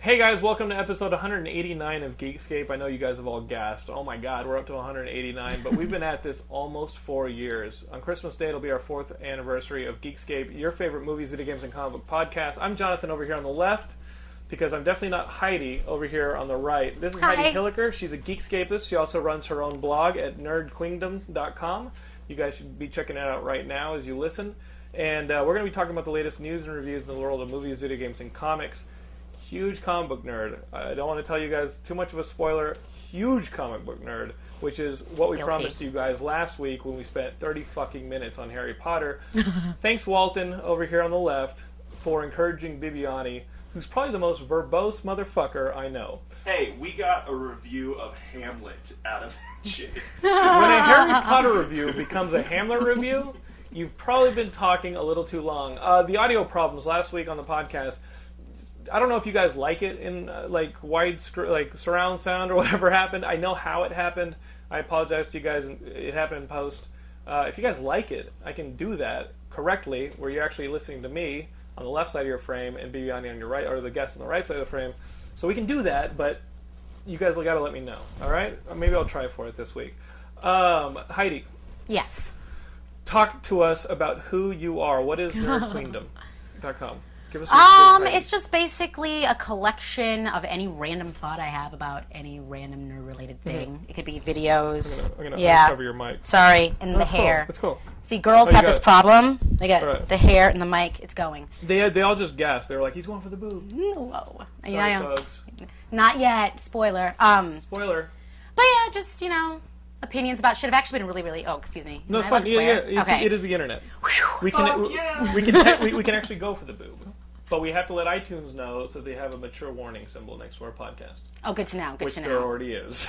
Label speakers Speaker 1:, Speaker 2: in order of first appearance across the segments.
Speaker 1: Hey guys, welcome to episode 189 of Geekscape. I know you guys have all gasped. Oh my god, we're up to 189, but we've been at this almost four years. On Christmas Day, it'll be our fourth anniversary of Geekscape, your favorite movies, video games, and comic book podcast. I'm Jonathan over here on the left because I'm definitely not Heidi over here on the right. This is
Speaker 2: Hi.
Speaker 1: Heidi Hilliker. She's a Geekscapist. She also runs her own blog at nerdqueendom.com. You guys should be checking it out right now as you listen. And uh, we're going to be talking about the latest news and reviews in the world of movies, video games, and comics. Huge comic book nerd. I don't want to tell you guys too much of a spoiler. Huge comic book nerd, which is what we
Speaker 2: Guilty.
Speaker 1: promised you guys last week when we spent 30 fucking minutes on Harry Potter. Thanks, Walton, over here on the left, for encouraging Bibiani, who's probably the most verbose motherfucker I know.
Speaker 3: Hey, we got a review of Hamlet out of that shit.
Speaker 1: When a Harry Potter review becomes a Hamlet review, you've probably been talking a little too long. Uh, the audio problems last week on the podcast. I don't know if you guys like it in uh, like wide scr- like surround sound or whatever happened. I know how it happened. I apologize to you guys. It happened in post. Uh, if you guys like it, I can do that correctly, where you're actually listening to me on the left side of your frame and Bibiani on your right, or the guest on the right side of the frame. So we can do that, but you guys got to let me know. All right? Or Maybe I'll try for it this week. Um, Heidi,
Speaker 2: Yes.
Speaker 1: talk to us about who you are. What is nerdqueendom.com? Give us a
Speaker 2: Um,
Speaker 1: give us a-
Speaker 2: it's just basically a collection of any random thought I have about any random nerd-related thing. It could be videos.
Speaker 1: I'm gonna
Speaker 2: yeah.
Speaker 1: cover your mic.
Speaker 2: Sorry, and the
Speaker 1: That's cool.
Speaker 2: hair.
Speaker 1: That's cool.
Speaker 2: See, girls
Speaker 1: Oh, you
Speaker 2: have
Speaker 1: got
Speaker 2: this
Speaker 1: it.
Speaker 2: problem. They got
Speaker 1: Alright.
Speaker 2: the hair and the mic. It's going.
Speaker 1: They they all just gasped. They were like, "He's going for the boob." Sorry,
Speaker 2: Whoa. Yeah, I am.
Speaker 1: folks.
Speaker 2: Not yet. Spoiler. Um,
Speaker 1: Spoiler.
Speaker 2: but yeah, just you know, opinions about shit. I've actually been really, really. Oh, excuse me.
Speaker 1: No,
Speaker 2: Am
Speaker 1: it's
Speaker 2: I
Speaker 1: fine.
Speaker 2: allowed to
Speaker 1: Yeah, yeah.
Speaker 2: swear?
Speaker 1: It's,
Speaker 2: okay.
Speaker 1: It is the internet. We can
Speaker 3: Fuck
Speaker 1: we,
Speaker 3: yeah.
Speaker 1: we can we, we can actually go for the boob, but we have to let iTunes know so they have a mature warning symbol next to our podcast.
Speaker 2: oh, good to know. Good
Speaker 1: which
Speaker 2: to
Speaker 1: there
Speaker 2: know.
Speaker 1: already is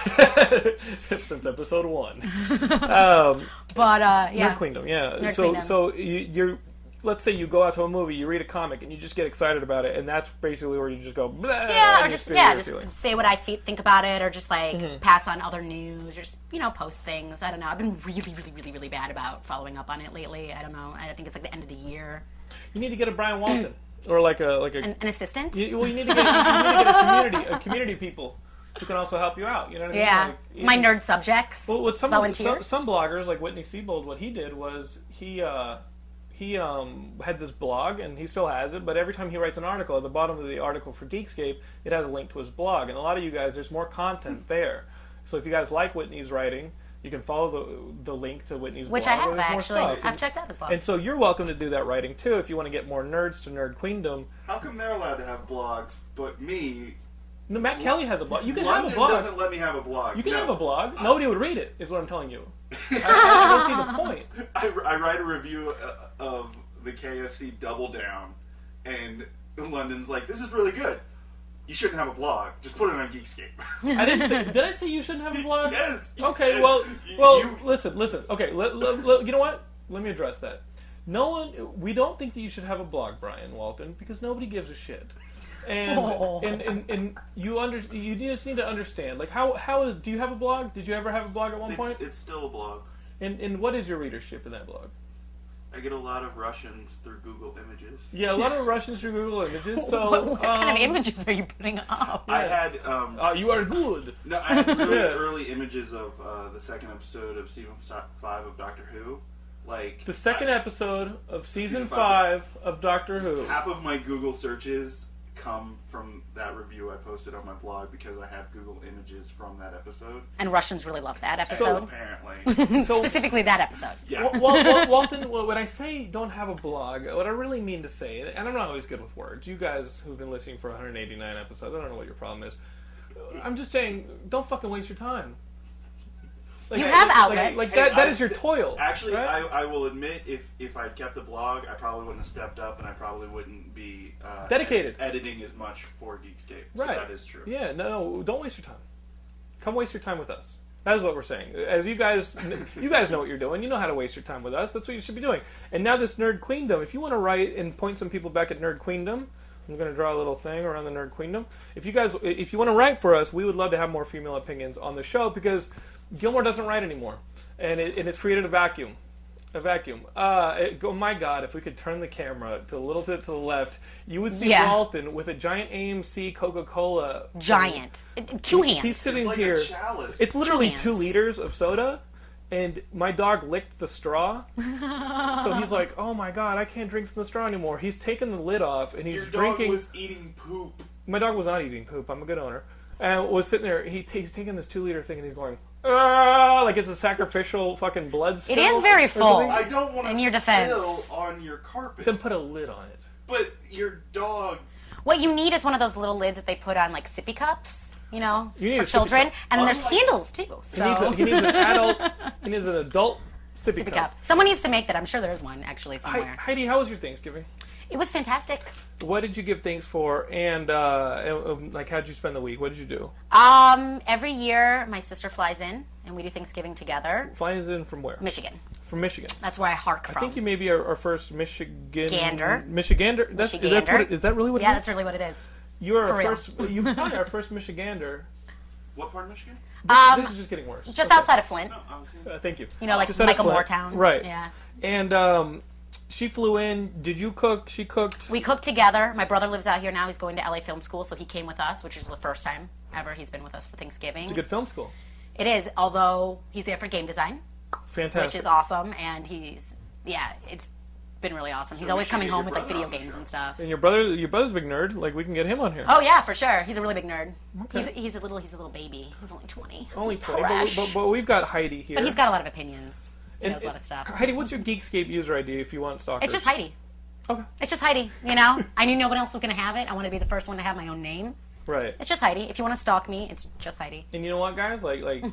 Speaker 1: since episode one. Um,
Speaker 2: But uh, yeah.
Speaker 1: Nerd Queendom, yeah.
Speaker 2: Nerd
Speaker 1: so
Speaker 2: Queendom.
Speaker 1: so you, you're, let's say you go out to a movie, you read a comic, and you just get excited about it, and that's basically where you just go. Blah,
Speaker 2: Yeah,
Speaker 1: and
Speaker 2: or
Speaker 1: you
Speaker 2: just
Speaker 1: spew
Speaker 2: yeah,
Speaker 1: your
Speaker 2: just
Speaker 1: feelings. Mm-hmm.
Speaker 2: say what I fe- think about it, or just like pass on other news, or just you know post things. I don't know. I've been really, really, really, really bad about following up on it lately. I don't know. I think it's like the end of the year.
Speaker 1: You need to get a Brian Walton or like a like a.
Speaker 2: An, an assistant?
Speaker 1: you, well, you need to get, you need to get a community, a community people who can also help you out. You know what I mean?
Speaker 2: yeah,
Speaker 1: Like,
Speaker 2: my
Speaker 1: you-
Speaker 2: nerd subjects.
Speaker 1: Well, what some, some
Speaker 2: volunteers.
Speaker 1: some bloggers like Whitney Siebold, what he did was he uh, he um, had this blog and he still has it, but every time he writes an article, at the bottom of the article for Geekscape, it has a link to his blog, and a lot of you guys, there's more content there. So if you guys like Whitney's writing, you can follow the the link to Whitney's
Speaker 2: which I
Speaker 1: blog. where
Speaker 2: have
Speaker 1: there's more
Speaker 2: actually.
Speaker 1: stuff.
Speaker 2: I've checked out as well.
Speaker 1: And so you're welcome to do that writing too if you want to get more nerds to Nerd Queendom.
Speaker 3: How come they're allowed to have blogs, but me?
Speaker 1: No, Matt Kelly has a blog. You can
Speaker 3: London
Speaker 1: have a blog.
Speaker 3: doesn't let me have a blog.
Speaker 1: you can
Speaker 3: no. Uh.
Speaker 1: have a blog. Nobody would read it, is what I'm telling you. I, I don't see the point.
Speaker 3: I, I write a review uh, of the KFC Double Down, and London's like, "This is really good. You shouldn't have a blog. Just put it on Geekscape."
Speaker 1: I didn't say. Did I say you shouldn't have a blog?
Speaker 3: yes. you
Speaker 1: Okay.
Speaker 3: said-
Speaker 1: Well.
Speaker 3: you-
Speaker 1: Well.
Speaker 3: you-
Speaker 1: Listen. Listen. Okay. Let, let- let- you know what? Let me address that. No one. We don't think that you should have a blog, Brian Walton, because nobody gives a shit. And,
Speaker 2: Oh.
Speaker 1: and, and and you under you just need to understand like how how is do you have a blog? Did you ever have a blog at one point?
Speaker 3: it's, it's still a blog.
Speaker 1: and and what is your readership in that blog?
Speaker 3: I get a lot of Russians through Google Images.
Speaker 1: Yeah, a lot of Russians through Google Images. So
Speaker 2: what, what kind
Speaker 1: um,
Speaker 2: of images are you putting up?
Speaker 3: I had um,
Speaker 1: Uh, you are good.
Speaker 3: No, I had really
Speaker 1: Yeah.
Speaker 3: early images of uh, the second episode of season si- five of Doctor Who. Like
Speaker 1: The second
Speaker 3: I-
Speaker 1: episode of season
Speaker 3: Season five.
Speaker 1: five of Doctor Who.
Speaker 3: half of my Google searches come from that review I posted on my blog because I have Google images from that episode.
Speaker 2: and Russians really love that episode,
Speaker 3: Apparently,
Speaker 1: So
Speaker 2: specifically that episode.
Speaker 3: yeah.
Speaker 1: Well, well, well, Walton, well, when I say don't have a blog, what I really mean to say, and I'm not always good with words, you guys who've been listening for 189 episodes, I don't know what your problem is. I'm just saying, don't fucking waste your time. Like,
Speaker 2: You have
Speaker 1: like-
Speaker 2: outlets.
Speaker 1: Like,
Speaker 3: Hey,
Speaker 1: that, that
Speaker 3: I
Speaker 1: is your
Speaker 3: st-
Speaker 1: toil.
Speaker 3: Actually,
Speaker 1: right?
Speaker 3: I, I will admit, if if I'd kept the blog, I probably wouldn't have stepped up, and I probably wouldn't be uh,
Speaker 1: Dedicated.
Speaker 3: ed- editing as much for Geekscape. So
Speaker 1: Right.
Speaker 3: that is true.
Speaker 1: Yeah, no, no, don't waste your time. Come waste your time with us. That is what we're saying. As you guys, you guys know what you're doing. You know how to waste your time with us. That's what you should be doing. And now this nerd queendom. If you want to write and point some people back at nerd queendom, I'm going to draw a little thing around the nerd queendom. If you guys, if you want to write for us, we would love to have more female opinions on the show because Gilmore doesn't write anymore, and it, and it's created a vacuum. A vacuum. Uh, it, oh my God! If we could turn the camera to a little to, to the left, you would see
Speaker 2: Yeah.
Speaker 1: Walton with a giant AMC Coca-Cola.
Speaker 2: Giant. Two hands.
Speaker 1: He's sitting
Speaker 3: like
Speaker 1: here.
Speaker 3: a chalice.
Speaker 1: It's literally
Speaker 2: hands.
Speaker 1: two liters of soda, and my dog licked the straw. so he's like, "Oh my god, I can't drink from the straw anymore." He's taking the lid off and he's
Speaker 3: Your
Speaker 1: drinking.
Speaker 3: dog was eating poop.
Speaker 1: My dog was not eating poop. I'm a good owner. And was sitting there. He he's taking this two liter thing and he's going, "Ah," like it's a sacrificial fucking blood. Spill
Speaker 2: It is very
Speaker 1: or something.
Speaker 2: full.
Speaker 3: I don't want to
Speaker 2: In your defense.
Speaker 3: spill on your carpet.
Speaker 1: Then put a lid on it.
Speaker 3: but your dog.
Speaker 2: What you need is one of those little lids that they put on like sippy cups, you know,
Speaker 1: You need a
Speaker 2: for
Speaker 1: sippy
Speaker 2: children.
Speaker 1: cup.
Speaker 2: And then there's
Speaker 3: Oh, like-
Speaker 2: handles too. So
Speaker 1: He needs, a, he needs an adult. he needs an adult sippy,
Speaker 2: sippy
Speaker 1: cup.
Speaker 2: cup. Someone needs to make that. I'm sure there is one actually
Speaker 1: Hi,
Speaker 2: somewhere.
Speaker 1: Heidi, how was your Thanksgiving?
Speaker 2: It was fantastic.
Speaker 1: What did you give thanks for, and uh, and, um, like how'd you spend the week? What did you do?
Speaker 2: Um, every year my sister flies in and we do Thanksgiving together.
Speaker 1: Flying in from where?
Speaker 2: Michigan.
Speaker 1: from Michigan.
Speaker 2: That's where I hark from.
Speaker 1: I think you may be our, our first Michigan
Speaker 2: Gander.
Speaker 1: Michigander. That's, That's
Speaker 2: Michigander.
Speaker 1: what it, is that really what
Speaker 2: yeah,
Speaker 1: it
Speaker 2: that's
Speaker 1: is?
Speaker 2: really what it is.
Speaker 1: you are
Speaker 2: for
Speaker 1: our
Speaker 2: real.
Speaker 1: first. You probably our first Michigander.
Speaker 3: What part of Michigan?
Speaker 1: this is just getting worse.
Speaker 2: Um, Just
Speaker 1: Okay.
Speaker 2: outside of Flint.
Speaker 3: No, I was in-
Speaker 1: Uh, thank you.
Speaker 2: You know, like
Speaker 1: Just out of
Speaker 2: Michael
Speaker 1: Flint.
Speaker 2: Moortown.
Speaker 1: Right.
Speaker 2: Yeah.
Speaker 1: And um, she flew in. Did you cook? She cooked.
Speaker 2: We cook together. My brother lives out here now. He's going to LA Film School, so he came with us, which is the first time ever he's been with us for Thanksgiving.
Speaker 1: Good film school.
Speaker 2: It is, although he's there for game design,
Speaker 1: Fantastic.
Speaker 2: which is awesome, and he's yeah, it's been really awesome. He's
Speaker 3: we
Speaker 2: always
Speaker 3: should
Speaker 2: coming
Speaker 3: get
Speaker 2: home
Speaker 3: your
Speaker 2: with like video
Speaker 3: brother on the
Speaker 2: games
Speaker 3: show.
Speaker 2: and stuff.
Speaker 1: And your brother, your brother's a big nerd. Like we can get him on here.
Speaker 2: Oh yeah, for sure. He's a really big nerd.
Speaker 1: Okay.
Speaker 2: He's, he's a little he's a little baby. He's only twenty.
Speaker 1: Only twenty. But, we,
Speaker 2: Fresh.
Speaker 1: but, but we've got Heidi here.
Speaker 2: But he's got a lot of opinions. He
Speaker 1: And-
Speaker 2: knows a lot of stuff.
Speaker 1: Heidi, what's your Geekscape user ID if you want stalkers?
Speaker 2: It's just Heidi.
Speaker 1: Okay.
Speaker 2: It's just Heidi. You know, I knew no one else was gonna have it. I want to be the first one to have my own name.
Speaker 1: Right.
Speaker 2: It's just Heidi. If you want to stalk me, it's just Heidi.
Speaker 1: And you know what, guys? Like, like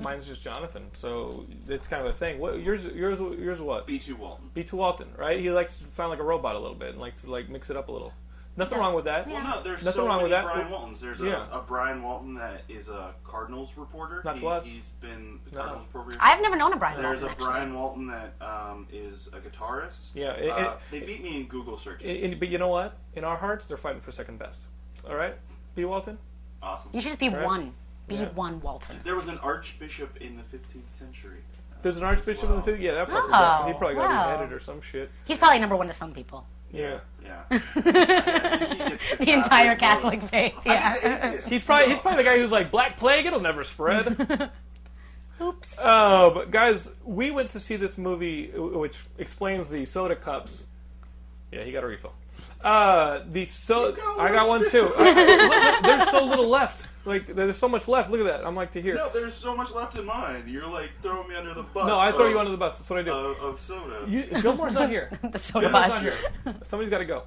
Speaker 1: mine's just Jonathan, so it's kind of a thing. What yours? Yours? Yours? What?
Speaker 3: B2 Walton.
Speaker 1: B two Walton, right? He likes to sound like a robot a little bit, and likes to like mix it up a little. Nothing
Speaker 2: Yeah.
Speaker 1: wrong with that.
Speaker 2: Yeah.
Speaker 3: Well, no, there's
Speaker 1: Nothing
Speaker 3: so
Speaker 1: wrong
Speaker 3: many
Speaker 1: with that.
Speaker 3: Brian
Speaker 1: Well,
Speaker 3: Waltons. There's
Speaker 1: yeah.
Speaker 3: a, a Brian Walton that is a Cardinals reporter.
Speaker 1: Not
Speaker 3: he,
Speaker 1: to us.
Speaker 3: He's been a
Speaker 1: No.
Speaker 3: Cardinals reporter.
Speaker 2: I've never known a Brian
Speaker 3: There's
Speaker 2: Walton,
Speaker 3: a
Speaker 2: actually.
Speaker 3: Brian Walton that um, is a guitarist.
Speaker 1: Yeah, it-
Speaker 3: uh,
Speaker 1: it-
Speaker 3: they beat me in Google searches.
Speaker 1: And- and- but you know what? In our hearts, they're fighting for second best. All right, B Walton.
Speaker 3: awesome.
Speaker 2: You should just be
Speaker 1: Right?
Speaker 2: one. Be
Speaker 1: Yeah.
Speaker 2: one Walton.
Speaker 3: There was an archbishop in the 15th century.
Speaker 1: There's an archbishop in the
Speaker 3: Wow.
Speaker 1: fifth. Yeah, that fucker's
Speaker 2: Wow.
Speaker 1: He probably got
Speaker 2: Wow.
Speaker 1: embedded or some shit.
Speaker 2: He's probably number one to some people.
Speaker 1: Yeah.
Speaker 3: Yeah. Yeah, he gets
Speaker 2: The entire
Speaker 3: Catholic
Speaker 2: Catholic faith.
Speaker 3: vote.
Speaker 2: Yeah.
Speaker 3: I mean, the atheist.
Speaker 1: He's probably he's probably the guy who's like Black Plague. It'll never spread.
Speaker 2: Oops.
Speaker 1: Uh, but guys, we went to see this movie, w- which explains the soda cups. Yeah, he got a refill. Uh, the so
Speaker 3: You got
Speaker 1: I got
Speaker 3: one
Speaker 1: one
Speaker 3: too.
Speaker 1: too. Uh, look, look, there's so little left. Like there's so much left. Look at that. I'm like to here.
Speaker 3: No,
Speaker 1: No,
Speaker 3: there's so much left in mine. You're like throwing me under the bus.
Speaker 1: I throw
Speaker 3: of,
Speaker 1: you under the bus. That's what I do.
Speaker 3: Of, of soda.
Speaker 1: you, Gilmore's not here.
Speaker 2: the soda
Speaker 1: Gilmore's not
Speaker 2: bus.
Speaker 1: here. Somebody's got to go.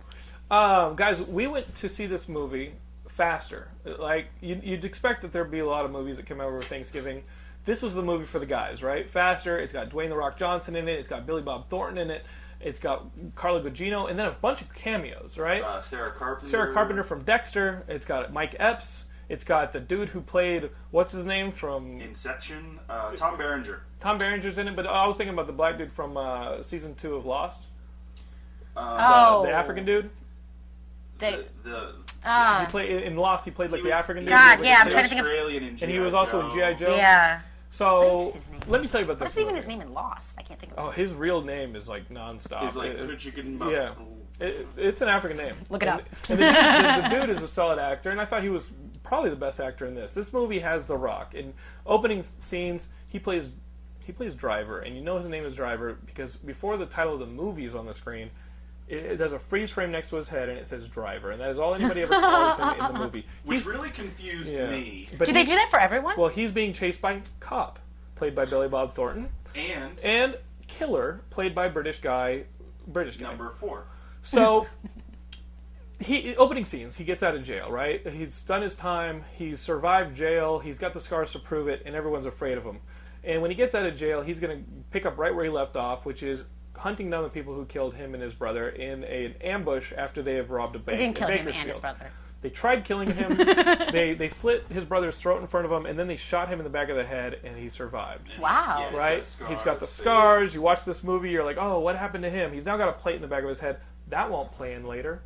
Speaker 1: Um, guys, we went to see this movie faster. Like you'd, you'd expect that there'd be a lot of movies that came out over Thanksgiving. This was the movie for the guys, right? Faster. It's got Dwayne the Rock Johnson in it. It's got Billy Bob Thornton in it. It's got Carlo Gugino, and then a bunch of cameos, right?
Speaker 3: uh, Sarah Carpenter.
Speaker 1: Sarah Carpenter from Dexter. It's got Mike Epps. It's got the dude who played what's his name from
Speaker 3: Inception. Uh, Tom Berenger.
Speaker 1: Tom Berenger's in it. But I was thinking about the black dude from uh, season two of Lost,
Speaker 2: Oh.
Speaker 1: the African dude.
Speaker 2: They-
Speaker 3: the
Speaker 2: ah.
Speaker 1: Play, in Lost, he played like
Speaker 3: he
Speaker 1: the
Speaker 3: was-
Speaker 1: African
Speaker 3: he
Speaker 1: dude.
Speaker 2: God,
Speaker 3: was
Speaker 1: Like,
Speaker 2: yeah, I'm
Speaker 3: the
Speaker 2: trying to think of-
Speaker 3: Australian in
Speaker 1: And he
Speaker 3: GI
Speaker 1: was also in
Speaker 3: Joe.
Speaker 1: G.I. Joe.
Speaker 2: yeah.
Speaker 1: So
Speaker 2: What is his name?
Speaker 1: let me tell you about this.
Speaker 2: What's even
Speaker 1: movie.
Speaker 2: his name in Lost? I can't think of it.
Speaker 1: Oh, his real name is like nonstop.
Speaker 3: He's like
Speaker 1: It- it-
Speaker 3: Kuchikin.
Speaker 1: yeah. it- it's an African name.
Speaker 2: Look it
Speaker 1: And-
Speaker 2: up.
Speaker 1: And the, the, the dude is a solid actor, and I thought he was probably the best actor in this. This movie has The Rock. In opening scenes, he plays he plays Driver, and you know his name is Driver because before the title of the movie is on the screen, it, it has a freeze frame next to his head, and it says Driver, and that is all anybody ever calls him in the movie.
Speaker 3: Which
Speaker 1: He's-
Speaker 3: really confused
Speaker 1: yeah.
Speaker 3: me.
Speaker 1: But he-
Speaker 2: Do they do that for everyone?
Speaker 1: Well, he's being chased by Cop, played by Billy Bob Thornton,
Speaker 3: And
Speaker 1: and Killer, played by British guy, British guy.
Speaker 3: number four.
Speaker 1: So, he opening scenes. He gets out of jail, right? He's done his time. He's survived jail. He's got the scars to prove it, and everyone's afraid of him. And when he gets out of jail, he's going to pick up right where he left off, which is hunting down the people who killed him and his brother in a, an ambush after they have robbed a bank.
Speaker 2: they didn't
Speaker 1: in
Speaker 2: kill him and
Speaker 1: Bakersfield.
Speaker 2: his brother.
Speaker 1: They tried killing him. they they slit his brother's throat in front of him, and then they shot him in the back of the head, and he survived.
Speaker 2: Wow.
Speaker 3: Yeah, he's
Speaker 1: Right?
Speaker 3: scars,
Speaker 1: He's got the
Speaker 3: too.
Speaker 1: scars. You watch this movie, you're like, oh, what happened to him? He's now got a plate in the back of his head. That won't play in later.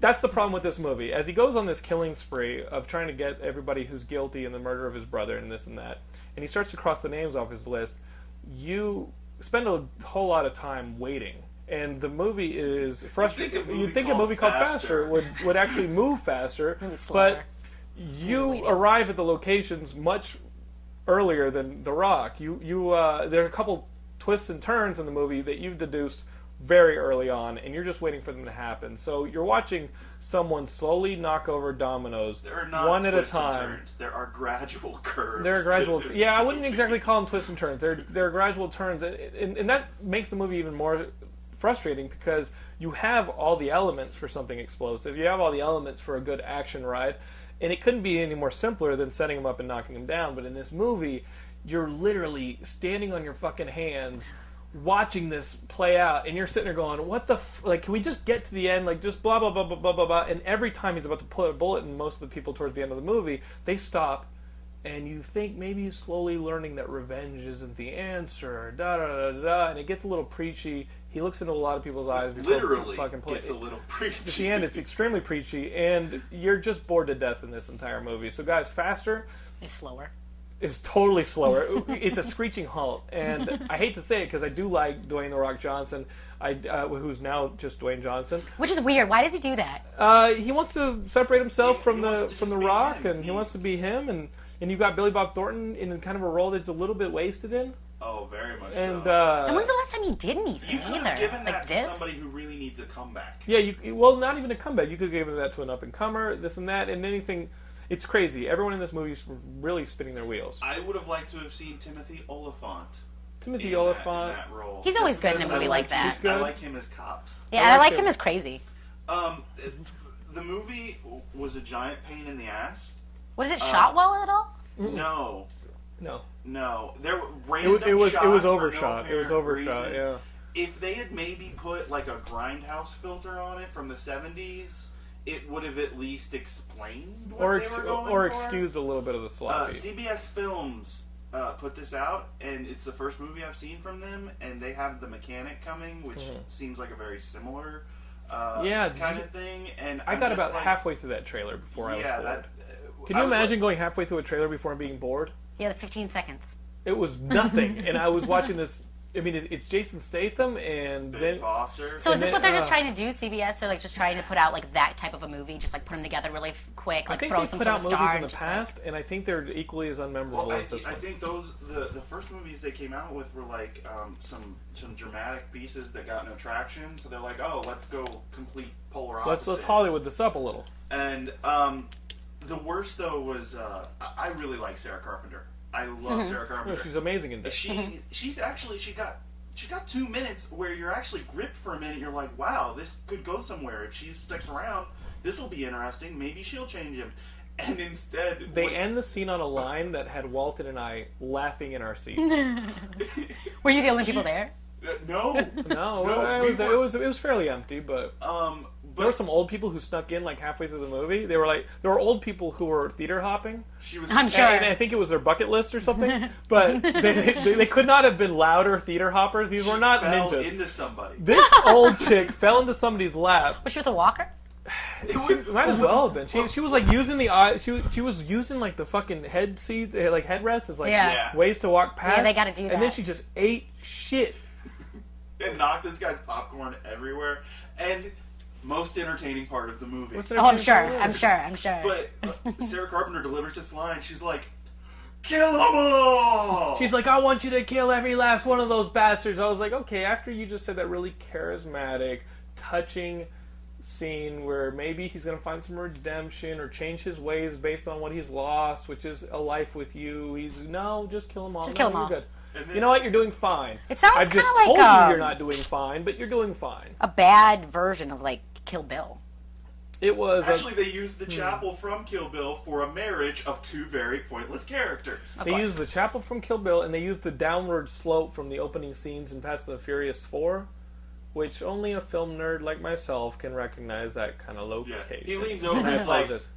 Speaker 1: That's the problem with this movie. As he goes on this killing spree of trying to get everybody who's guilty in the murder of his brother and this and that, and he starts to cross the names off his list, you spend a whole lot of time waiting. And the movie is frustrating.
Speaker 3: You'd think a movie
Speaker 1: You'd think a
Speaker 3: called
Speaker 1: movie called Faster,
Speaker 3: Faster.
Speaker 1: would, would actually move faster,
Speaker 2: Maybe slower.
Speaker 1: but you arrive at the locations much earlier than The Rock. You you uh, there are a couple twists and turns in the movie that you've deduced very early on, and you're just waiting for them to happen. So you're watching someone slowly knock over dominoes
Speaker 3: There are not
Speaker 1: one at a
Speaker 3: twists and
Speaker 1: time.
Speaker 3: turns. There are gradual curves.
Speaker 1: There are
Speaker 3: to
Speaker 1: gradual.
Speaker 3: this
Speaker 1: Yeah, I wouldn't
Speaker 3: movie.
Speaker 1: exactly call them twists and turns. They're they're gradual turns, and, and and that makes the movie even more frustrating because you have all the elements for something explosive. You have all the elements for a good action ride, and it couldn't be any more simpler than setting them up and knocking them down. But in this movie, you're literally standing on your fucking hands. Watching this play out, and you're sitting there going, "What the f-? like? Can we just get to the end? Like, just blah blah blah blah blah blah blah." And every time he's about to put a bullet in most of the people towards the end of the movie, they stop and you think maybe he's slowly learning that revenge isn't the answer. Da da da da. da, And it gets a little preachy. He looks into a lot of people's eyes. Before
Speaker 3: Literally,
Speaker 1: fucking play.
Speaker 3: gets a little preachy.
Speaker 1: At the end, it's extremely preachy, and you're just bored to death in this entire movie. So, guys, faster
Speaker 2: It's slower.
Speaker 1: is totally slower. it's a screeching halt, and I hate to say it because I do like Dwayne the Rock Johnson, I, uh, who's now just Dwayne Johnson.
Speaker 2: Which is weird. Why does he do that?
Speaker 1: Uh, he wants to separate himself
Speaker 3: He-
Speaker 1: from
Speaker 3: he
Speaker 1: the
Speaker 3: wants to
Speaker 1: from the
Speaker 3: just be
Speaker 1: Rock,
Speaker 3: him.
Speaker 1: and he
Speaker 3: He-
Speaker 1: wants to be him, and and you've got Billy Bob Thornton in kind of a role that's a little bit wasted in,
Speaker 3: oh, very much.
Speaker 1: and
Speaker 3: so.
Speaker 2: and
Speaker 1: uh,
Speaker 2: when's the last time he did anything
Speaker 3: you could
Speaker 2: either?
Speaker 3: have given
Speaker 2: like
Speaker 3: that
Speaker 2: this?
Speaker 3: to somebody who really needs a comeback.
Speaker 1: yeah, you well, not even a comeback. You could give that to an up and comer, this and that, and anything. It's crazy. Everyone in this movie is really spinning their wheels.
Speaker 3: I would have liked to have seen Timothy Oliphant.
Speaker 1: Timothy
Speaker 3: in that-
Speaker 1: Oliphant.
Speaker 3: in that role.
Speaker 2: He's always
Speaker 3: Just
Speaker 2: good in a
Speaker 3: because
Speaker 2: movie
Speaker 3: I
Speaker 2: like
Speaker 3: him-
Speaker 1: that. He's good.
Speaker 3: I like him as cops.
Speaker 2: yeah,
Speaker 1: I
Speaker 2: I
Speaker 1: like
Speaker 2: like him
Speaker 1: him.
Speaker 2: as crazy.
Speaker 3: Um, it- the movie was a giant pain in the ass.
Speaker 2: Was
Speaker 1: Uh,
Speaker 2: it shot well at all?
Speaker 3: No,
Speaker 1: No,
Speaker 3: no, there were
Speaker 1: it,
Speaker 3: random
Speaker 1: was- it was
Speaker 3: shots
Speaker 1: it was
Speaker 3: for no
Speaker 1: overshot. it was
Speaker 3: apparent
Speaker 1: overshot.
Speaker 3: reason.
Speaker 1: Yeah.
Speaker 3: If they had maybe put like a grindhouse filter on it from the seventies, it would have at least explained what
Speaker 1: Or
Speaker 3: they
Speaker 1: ex-
Speaker 3: were going
Speaker 1: or
Speaker 3: for.
Speaker 1: excuse a little bit of the
Speaker 3: Uh,
Speaker 1: sloppy.
Speaker 3: CBS Films uh, put this out, and it's the first movie I've seen from them. And they have the mechanic coming, which seems like a very similar uh,
Speaker 1: Yeah,
Speaker 3: kind
Speaker 1: you-
Speaker 3: of thing. And
Speaker 1: I
Speaker 3: I'm
Speaker 1: got
Speaker 3: just
Speaker 1: about
Speaker 3: like,
Speaker 1: halfway through that trailer before I
Speaker 3: Yeah,
Speaker 1: was bored.
Speaker 3: that. uh,
Speaker 1: Can
Speaker 3: I
Speaker 1: you
Speaker 3: was
Speaker 1: imagine
Speaker 3: like-
Speaker 1: going halfway through a trailer before and being bored?
Speaker 2: Yeah, that's 15 seconds.
Speaker 1: It was nothing, and I was watching this. I mean, it- it's Jason Statham, and
Speaker 3: Ben
Speaker 1: then
Speaker 3: Foster?
Speaker 2: So is
Speaker 1: And
Speaker 2: this
Speaker 1: then,
Speaker 2: what they're just
Speaker 1: uh,
Speaker 2: trying to do? CBS? They're like just trying to put out like that type of a movie, just like put them together really f- quick,
Speaker 1: I
Speaker 2: like
Speaker 1: think
Speaker 2: throw
Speaker 1: they
Speaker 2: some
Speaker 1: put out
Speaker 2: sort of star.
Speaker 1: movies in
Speaker 2: and
Speaker 1: the
Speaker 2: just, like-
Speaker 1: past, and I think they're equally as unmemorable
Speaker 3: Well, I,
Speaker 1: as this
Speaker 3: I
Speaker 1: one.
Speaker 3: think those the, the first movies they came out with were like um, some some dramatic pieces that got no traction. So they're like, oh, let's go complete polar opposite.
Speaker 1: Let's let's Hollywood this up a little.
Speaker 3: And um, the worst though was uh, I I really like Sarah Carpenter. I love Sarah
Speaker 1: No,
Speaker 3: Carpenter.
Speaker 1: Oh, she's amazing in this.
Speaker 3: she she's actually she got she got two minutes where you're actually gripped for a minute. You're like, wow, this could go somewhere. If she sticks around, this will be interesting. Maybe she'll change him. And instead,
Speaker 1: They
Speaker 3: what-
Speaker 1: end the scene on a line that had Walton and I laughing in our seats.
Speaker 2: Were you the only people there?
Speaker 3: Uh, no,
Speaker 1: No,
Speaker 3: No,
Speaker 1: it,
Speaker 3: we
Speaker 1: was, it
Speaker 3: were-
Speaker 1: was it was fairly empty, but
Speaker 3: um,
Speaker 1: there were
Speaker 3: but
Speaker 1: some old people who snuck in like halfway through the movie. They were like there were old people who were theater hopping.
Speaker 3: she was.
Speaker 2: I'm sure.
Speaker 1: And I think it was their bucket list or something, but they, they, they could not have been louder theater hoppers. These
Speaker 3: she
Speaker 1: were not
Speaker 3: fell
Speaker 1: ninjas.
Speaker 3: into somebody.
Speaker 1: this old chick fell into somebody's lap
Speaker 2: Was she with a walker?
Speaker 3: It
Speaker 1: She
Speaker 3: was-
Speaker 1: might as
Speaker 3: it was-
Speaker 1: well have been. She, she was like using the eye. She was- she was using like the fucking head seat, uh, like headrests as like
Speaker 2: Yeah.
Speaker 3: Yeah.
Speaker 1: ways to walk past.
Speaker 2: Yeah, they gotta do
Speaker 1: And then
Speaker 2: that.
Speaker 1: she just ate shit.
Speaker 3: and knocked this guy's popcorn everywhere. And most entertaining part of the movie.
Speaker 1: What's
Speaker 2: Oh, I'm sure. I'm sure. I'm sure.
Speaker 3: But uh, Sarah Carpenter delivers this line. She's like, "Kill them all."
Speaker 1: She's like, I want you to kill every last one of those bastards. I was like, okay, after you just said that really charismatic, touching scene where maybe he's going to find some redemption or change his ways based on what he's lost, which is a life with you. He's, no, just kill them all. No,
Speaker 2: Just kill 'em all.
Speaker 1: You're good.
Speaker 3: And then-
Speaker 1: You know what? You're doing fine.
Speaker 2: It sounds
Speaker 1: I've just
Speaker 2: kinda like,
Speaker 1: told you you're
Speaker 2: um,
Speaker 1: not doing fine, but you're doing fine.
Speaker 2: a bad version of like Kill Bill.
Speaker 1: It was a-
Speaker 3: Actually, they used the
Speaker 1: Hmm.
Speaker 3: chapel from Kill Bill for a marriage of two very pointless characters.
Speaker 1: They used the chapel from Kill Bill, and they used the downward slope from the opening scenes in Fast and the Furious 4, which only a film nerd like myself can recognize that kind of
Speaker 3: Yeah,
Speaker 1: location.
Speaker 3: he leans over and
Speaker 1: I
Speaker 3: is like,
Speaker 1: apologize.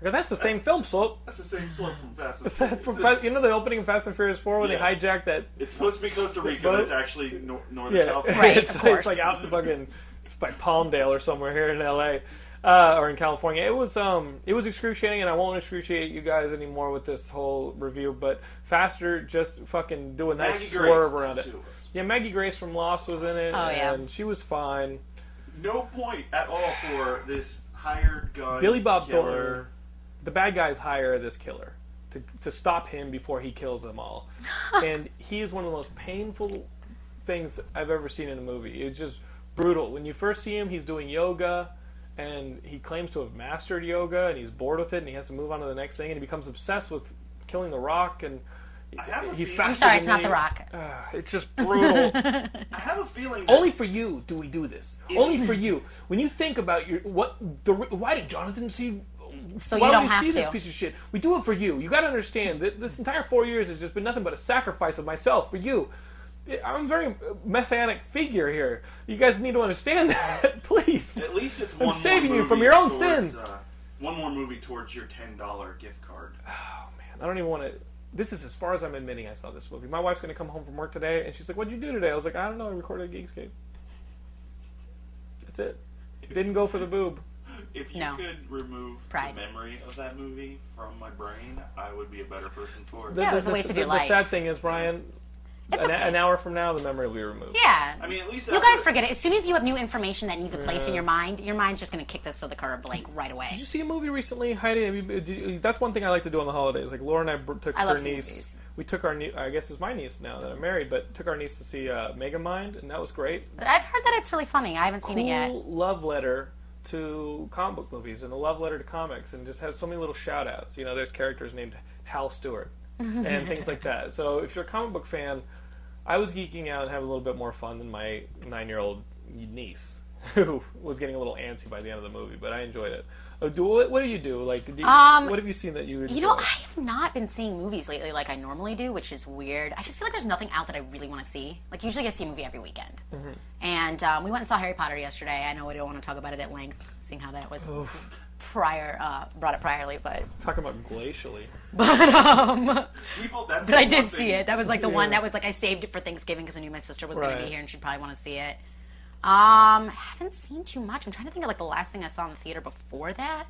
Speaker 1: Because that's the same film slope.
Speaker 3: "That's the same slope from Fast and Furious."
Speaker 1: from, Fa- you know the opening of Fast and Furious 4 when
Speaker 3: Yeah.
Speaker 1: they hijacked that?
Speaker 3: It's supposed to be Costa Rica,
Speaker 1: But-
Speaker 3: but it's actually nor- Northern
Speaker 1: Yeah,
Speaker 3: California.
Speaker 2: Right,
Speaker 1: it's,
Speaker 2: of
Speaker 1: it's
Speaker 2: course.
Speaker 1: like out in fucking it's by Palmdale or somewhere here in L.A. Uh, or in California. It was um, it was excruciating, and I won't excruciate you guys anymore with this whole review. But faster, just fucking do a nice
Speaker 3: Maggie Grace,
Speaker 1: swerve around
Speaker 3: that's
Speaker 1: it.
Speaker 3: who it was.
Speaker 1: Yeah, Maggie Grace from Lost was in it,
Speaker 2: Oh, yeah.
Speaker 1: and she was fine.
Speaker 3: No point at all for this hired gun.
Speaker 1: Billy Bob Thornton.
Speaker 3: killer.
Speaker 1: The bad guys hire this killer to, to stop him before he kills them all. and he is one of the most painful things I've ever seen in a movie. It's just brutal. When you first see him, he's doing yoga and he claims to have mastered yoga and he's bored with it and he has to move on to the next thing and he becomes obsessed with killing the rock and
Speaker 3: I have a
Speaker 1: he's
Speaker 3: feeling-
Speaker 1: faster than
Speaker 2: sorry,
Speaker 3: I'm
Speaker 2: it's not
Speaker 1: me.
Speaker 2: The Rock.
Speaker 1: Ugh, it's just brutal.
Speaker 3: I have a feeling. that-
Speaker 1: Only for you do we do this. Only for you. When you think about your what the re- why did Jonathan see?
Speaker 2: So
Speaker 1: why would
Speaker 2: you don't
Speaker 1: he
Speaker 2: have
Speaker 1: see this
Speaker 2: to.
Speaker 1: piece of shit? We do it for you. You got to understand that this entire four years has just been nothing but a sacrifice of myself for you. I'm a very messianic figure here. You guys need to understand that, please.
Speaker 3: At least it's one more
Speaker 1: saving you
Speaker 3: movie
Speaker 1: from your own
Speaker 3: towards,
Speaker 1: sins.
Speaker 3: uh, one more movie towards your ten dollar gift card.
Speaker 1: I don't even want to. This is as far as I'm admitting I saw this movie. My wife's going to come home from work today, and she's like, "What'd you do today?" I was like, "I don't know. I recorded a Geekscape." That's it. Didn't go for the boob.
Speaker 3: If you
Speaker 2: No.
Speaker 3: could remove
Speaker 2: Pride.
Speaker 3: the memory of that movie from my brain, I would be a better person for it.
Speaker 1: The-
Speaker 2: Yeah, it
Speaker 1: the-
Speaker 2: was a
Speaker 1: the-
Speaker 2: waste of
Speaker 1: the-
Speaker 2: your
Speaker 1: The
Speaker 2: life.
Speaker 1: sad thing is, Brian,
Speaker 2: It's
Speaker 1: an,
Speaker 2: okay.
Speaker 1: an hour from now, the memory will be removed.
Speaker 2: Yeah.
Speaker 3: I mean, uh, at least
Speaker 2: you
Speaker 3: after-
Speaker 2: guys forget it. As soon as you have new information that needs a place in your mind, your mind's just going to kick this to the curb, like, right away.
Speaker 1: Did you see a movie recently, Heidi? Have you, did you- that's one thing I like to do on the holidays. Like Laura and I br- took
Speaker 2: I love
Speaker 1: her
Speaker 2: seeing
Speaker 1: niece.
Speaker 2: movies.
Speaker 1: We took our niece. I guess it's my niece now that I'm married, but took our niece to see uh, Mega Mind, and that was great.
Speaker 2: I've heard that it's really funny. I haven't seen it yet.
Speaker 1: Cool love letter to comic book movies and a love letter to comics, and just has so many little shout outs. You know, there's characters named Hal Stewart and things like that. So if you're a comic book fan, I was geeking out and having a little bit more fun than my nine year old niece. Who was getting a little antsy by the end of the movie, but I enjoyed it. Uh, do what, what do you do? Like, do you-
Speaker 2: Um,
Speaker 1: what have you seen that you? Enjoy?
Speaker 2: You know, I have not been seeing movies lately like I normally do, which is weird. I just feel like there's nothing out that I really want to see. Like usually, I see a movie every weekend. And um, we went and saw Harry Potter yesterday. I know we don't want to talk about it at length, seeing how that was prior uh, brought up priorly, but
Speaker 1: talking about glacially.
Speaker 3: people. That's
Speaker 2: but I
Speaker 3: the one
Speaker 2: did
Speaker 3: thing-
Speaker 2: see it. That was like the one that was like I saved it for Thanksgiving because I knew my sister was going to
Speaker 1: Right.
Speaker 2: be here and she'd probably want to see it. Um, haven't seen too much. I'm trying to think of like the last thing I saw in the theater before that.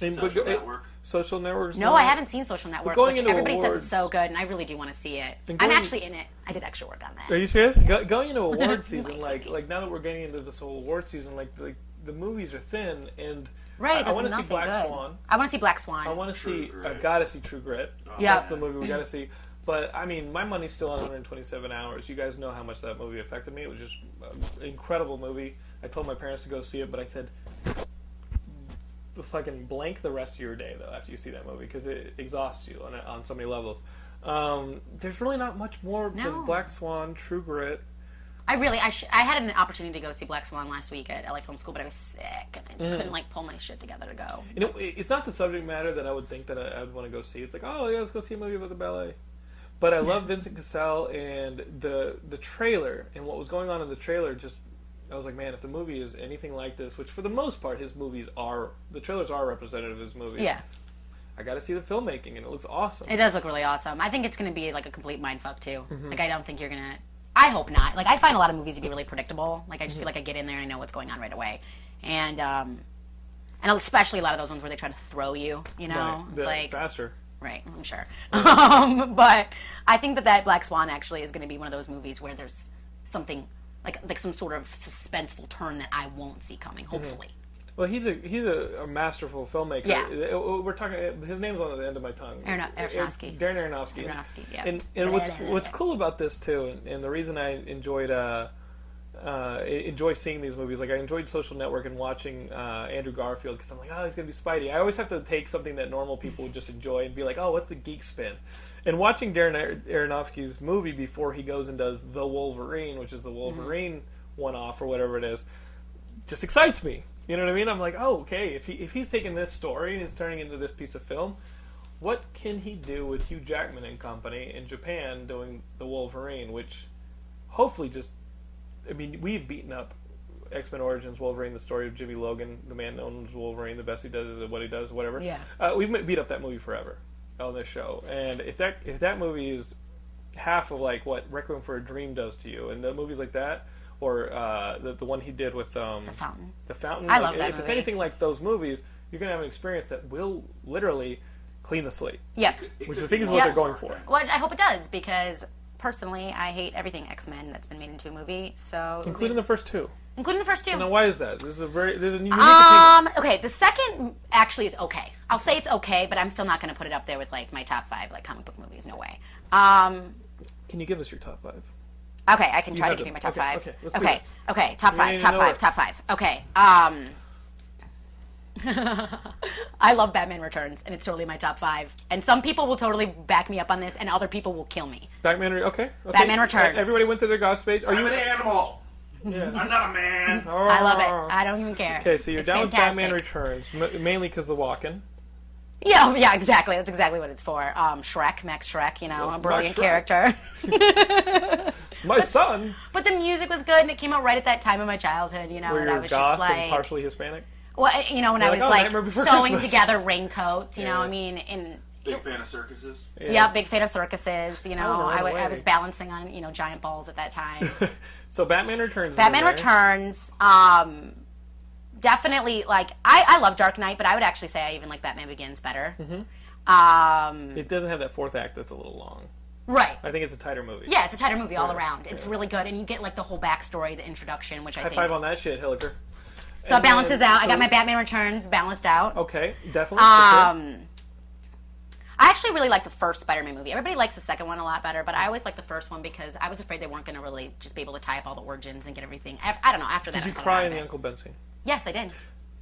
Speaker 1: And- but
Speaker 3: Social
Speaker 1: go- it-
Speaker 3: Network.
Speaker 1: Social networks.
Speaker 2: No, I haven't seen Social Network,
Speaker 1: going
Speaker 2: which
Speaker 1: into
Speaker 2: everybody says
Speaker 1: awards-
Speaker 2: is so good, and I really do want to see it.
Speaker 1: And
Speaker 2: I'm
Speaker 1: going-
Speaker 2: actually in it. I did extra work on that.
Speaker 1: Are you serious? Go, going into award season,
Speaker 2: Nice.
Speaker 1: like like now that we're getting into this whole award season, like like the movies are thin, and
Speaker 2: right?
Speaker 1: I, I
Speaker 2: There's
Speaker 1: want to see
Speaker 2: nothing
Speaker 1: Black
Speaker 2: good.
Speaker 1: Swan.
Speaker 2: I want to see Black Swan.
Speaker 1: I want to
Speaker 3: True
Speaker 1: see. I
Speaker 3: Grit. Oh.
Speaker 1: gotta see True Grit.
Speaker 2: Yeah.
Speaker 1: That's the movie we gotta see. But I mean, my money's still on 127 hours. You guys know how much that movie affected me. It was just an incredible movie. I told my parents to go see it, but I said, "Fucking blank the rest of your day though after you see that movie because it exhausts you on on so many levels." Um, there's really not much more
Speaker 2: No.
Speaker 1: than Black Swan, True Grit.
Speaker 2: I really, I, sh- I had an opportunity to go see Black Swan last week at LA Film School, but I was sick and I
Speaker 1: Mm.
Speaker 2: just couldn't like pull my shit together to go.
Speaker 1: You know, it- it's not the subject matter that I would think that I, I would want to go see. It's like, oh yeah, let's go see a movie about the ballet. But I love Vincent Cassell and the the trailer and what was going on in the trailer. Just I was like, man, if the movie is anything like this, which for the most part his movies are, the trailers are representative of his movies.
Speaker 2: Yeah,
Speaker 1: I got to see the filmmaking and it looks awesome.
Speaker 2: it does look really awesome. I think it's going to be like a complete mindfuck too.
Speaker 1: Mm-hmm.
Speaker 2: Like I don't think you're gonna. I hope not. Like I find a lot of movies to be really predictable. Like I
Speaker 1: Mm-hmm.
Speaker 2: just feel like I get in there and I know what's going on right away, and um, and especially a lot of those ones where they try to throw you. You know,
Speaker 1: Right.
Speaker 2: it's
Speaker 1: The-
Speaker 2: like
Speaker 1: faster.
Speaker 2: Right, I'm sure. Um, but I think that that Black Swan actually is going to be one of those movies where there's something like like some sort of suspenseful turn that I won't see coming.
Speaker 1: Mm-hmm.
Speaker 2: Hopefully,
Speaker 1: Well, he's a he's a, a masterful filmmaker.
Speaker 2: Yeah.
Speaker 1: Uh, uh, we're talking. His name's on the end of my tongue.
Speaker 2: Arono- Aronofsky.
Speaker 1: Uh, Darren Aronofsky.
Speaker 2: Aronofsky, yeah.
Speaker 1: And and what's what's cool about this too, and, and the reason I enjoyed uh, uh, e- enjoy seeing these movies, like I enjoyed Social Network and watching uh, Andrew Garfield because I'm like, oh, he's gonna be Spidey. I always have to take something that normal people would just enjoy and be like, oh, what's the geek spin? And watching Darren Ar- Aronofsky's movie before he goes and does The Wolverine, which is the Wolverine
Speaker 2: Mm-hmm.
Speaker 1: one-off or whatever it is just excites me. You know what I mean? I'm like, oh, okay. If he if he's taking this story and it's turning into this piece of film, what can he do with Hugh Jackman and company in Japan doing the Wolverine, which hopefully just, I mean, we've beaten up X Men Origins Wolverine, the story of Jimmy Logan, the man known as Wolverine, the best he does is what he does, whatever.
Speaker 2: Yeah.
Speaker 1: uh, we've beat up that movie forever on this show, and if that if that movie is half of like what Requiem for a Dream does to you, and the movies like that, or uh, the the one he did with um,
Speaker 2: The Fountain.
Speaker 1: the Fountain.
Speaker 2: I
Speaker 1: like,
Speaker 2: love that
Speaker 1: If it's
Speaker 2: movie.
Speaker 1: anything like those movies, you're gonna have an experience that will literally clean the slate,
Speaker 2: Yep.
Speaker 3: It
Speaker 1: which the
Speaker 3: could
Speaker 1: thing
Speaker 3: be
Speaker 1: is
Speaker 3: more
Speaker 1: what
Speaker 2: Yeah.
Speaker 1: they're going for.
Speaker 2: Well, I hope it does because personally, I hate everything X Men that's been made into a movie. So
Speaker 1: including the first two.
Speaker 2: including the first two.
Speaker 1: Now, why is that? This is a very this is a unique opinion.
Speaker 2: Um. Okay. The second actually is okay. I'll say it's okay, but I'm still not going to put it up there with like my top five like comic book movies. No way. Um.
Speaker 1: Can you give us your top five?
Speaker 2: Okay, I can try to
Speaker 1: have
Speaker 2: give
Speaker 1: it.
Speaker 2: you my top
Speaker 1: Okay,
Speaker 2: five.
Speaker 1: okay,
Speaker 2: Okay.
Speaker 1: let's do
Speaker 2: Okay.
Speaker 1: this.
Speaker 2: Top
Speaker 1: We
Speaker 2: five.
Speaker 1: need
Speaker 2: Top
Speaker 1: to know
Speaker 2: five.
Speaker 1: it.
Speaker 2: Top five. Okay. Um. I love Batman Returns, and it's totally my top five. And some people will totally back me up on this, and other people will kill me.
Speaker 1: Batman. Re- okay, okay.
Speaker 2: Batman Returns.
Speaker 1: Everybody went to their gossip page. Are
Speaker 3: I'm
Speaker 1: you?
Speaker 3: an animal. I'm not a man.
Speaker 2: I love it. I don't even care.
Speaker 1: Okay, so you're
Speaker 2: It's
Speaker 1: down
Speaker 2: fantastic.
Speaker 1: with Batman Returns, m- mainly because the walking.
Speaker 2: Yeah, oh, yeah, exactly. That's exactly what it's for. Um, Shrek, Max Shrek, you know, a
Speaker 1: Max
Speaker 2: brilliant
Speaker 1: Schreck.
Speaker 2: character.
Speaker 1: My son,
Speaker 2: But Oh, the music was good, and it came out right at that time of my childhood, you know,
Speaker 1: where
Speaker 2: and I
Speaker 1: you're
Speaker 2: was
Speaker 1: goth
Speaker 2: just like,
Speaker 1: and partially Hispanic.
Speaker 2: well, I- you know, when I
Speaker 1: You're
Speaker 2: was
Speaker 1: like, "Oh,
Speaker 2: like
Speaker 1: Nightmare
Speaker 2: sewing
Speaker 1: Before Christmas."
Speaker 2: together raincoats, you know, I mean, in
Speaker 3: Big fan of circuses.
Speaker 2: yeah. big fan of circuses, you know,
Speaker 1: Oh, right
Speaker 2: I, wa- I
Speaker 1: away.
Speaker 2: was balancing on you know giant balls at that time.
Speaker 1: So Batman Returns. is in
Speaker 2: Batman
Speaker 1: there.
Speaker 2: Returns, um, definitely like I, I love Dark Knight, but I would actually say I even like Batman Begins better.
Speaker 1: Mm-hmm.
Speaker 2: Um,
Speaker 1: It doesn't have that fourth act that's a little long.
Speaker 2: right.
Speaker 1: I think it's a tighter movie.
Speaker 2: Yeah, it's a tighter movie all around. It's really good, and you get like the whole backstory, the introduction, which I
Speaker 1: High
Speaker 2: think
Speaker 1: five on that shit, Hilliker.
Speaker 2: so it balances
Speaker 1: then-
Speaker 2: out. I
Speaker 1: so-
Speaker 2: got my Batman Returns balanced out.
Speaker 1: Okay, definitely. for sure.
Speaker 2: Um, I actually really like the first Spider-Man movie. Everybody likes the second one a lot better, but I always like the first one because I was afraid they weren't going to really just be able to tie up all the origins and get everything. I, I don't know. After that,
Speaker 1: Did
Speaker 2: I
Speaker 1: you
Speaker 2: kinda
Speaker 1: cry
Speaker 2: got
Speaker 1: in the
Speaker 2: it.
Speaker 1: Uncle Ben scene?
Speaker 2: Yes, I did.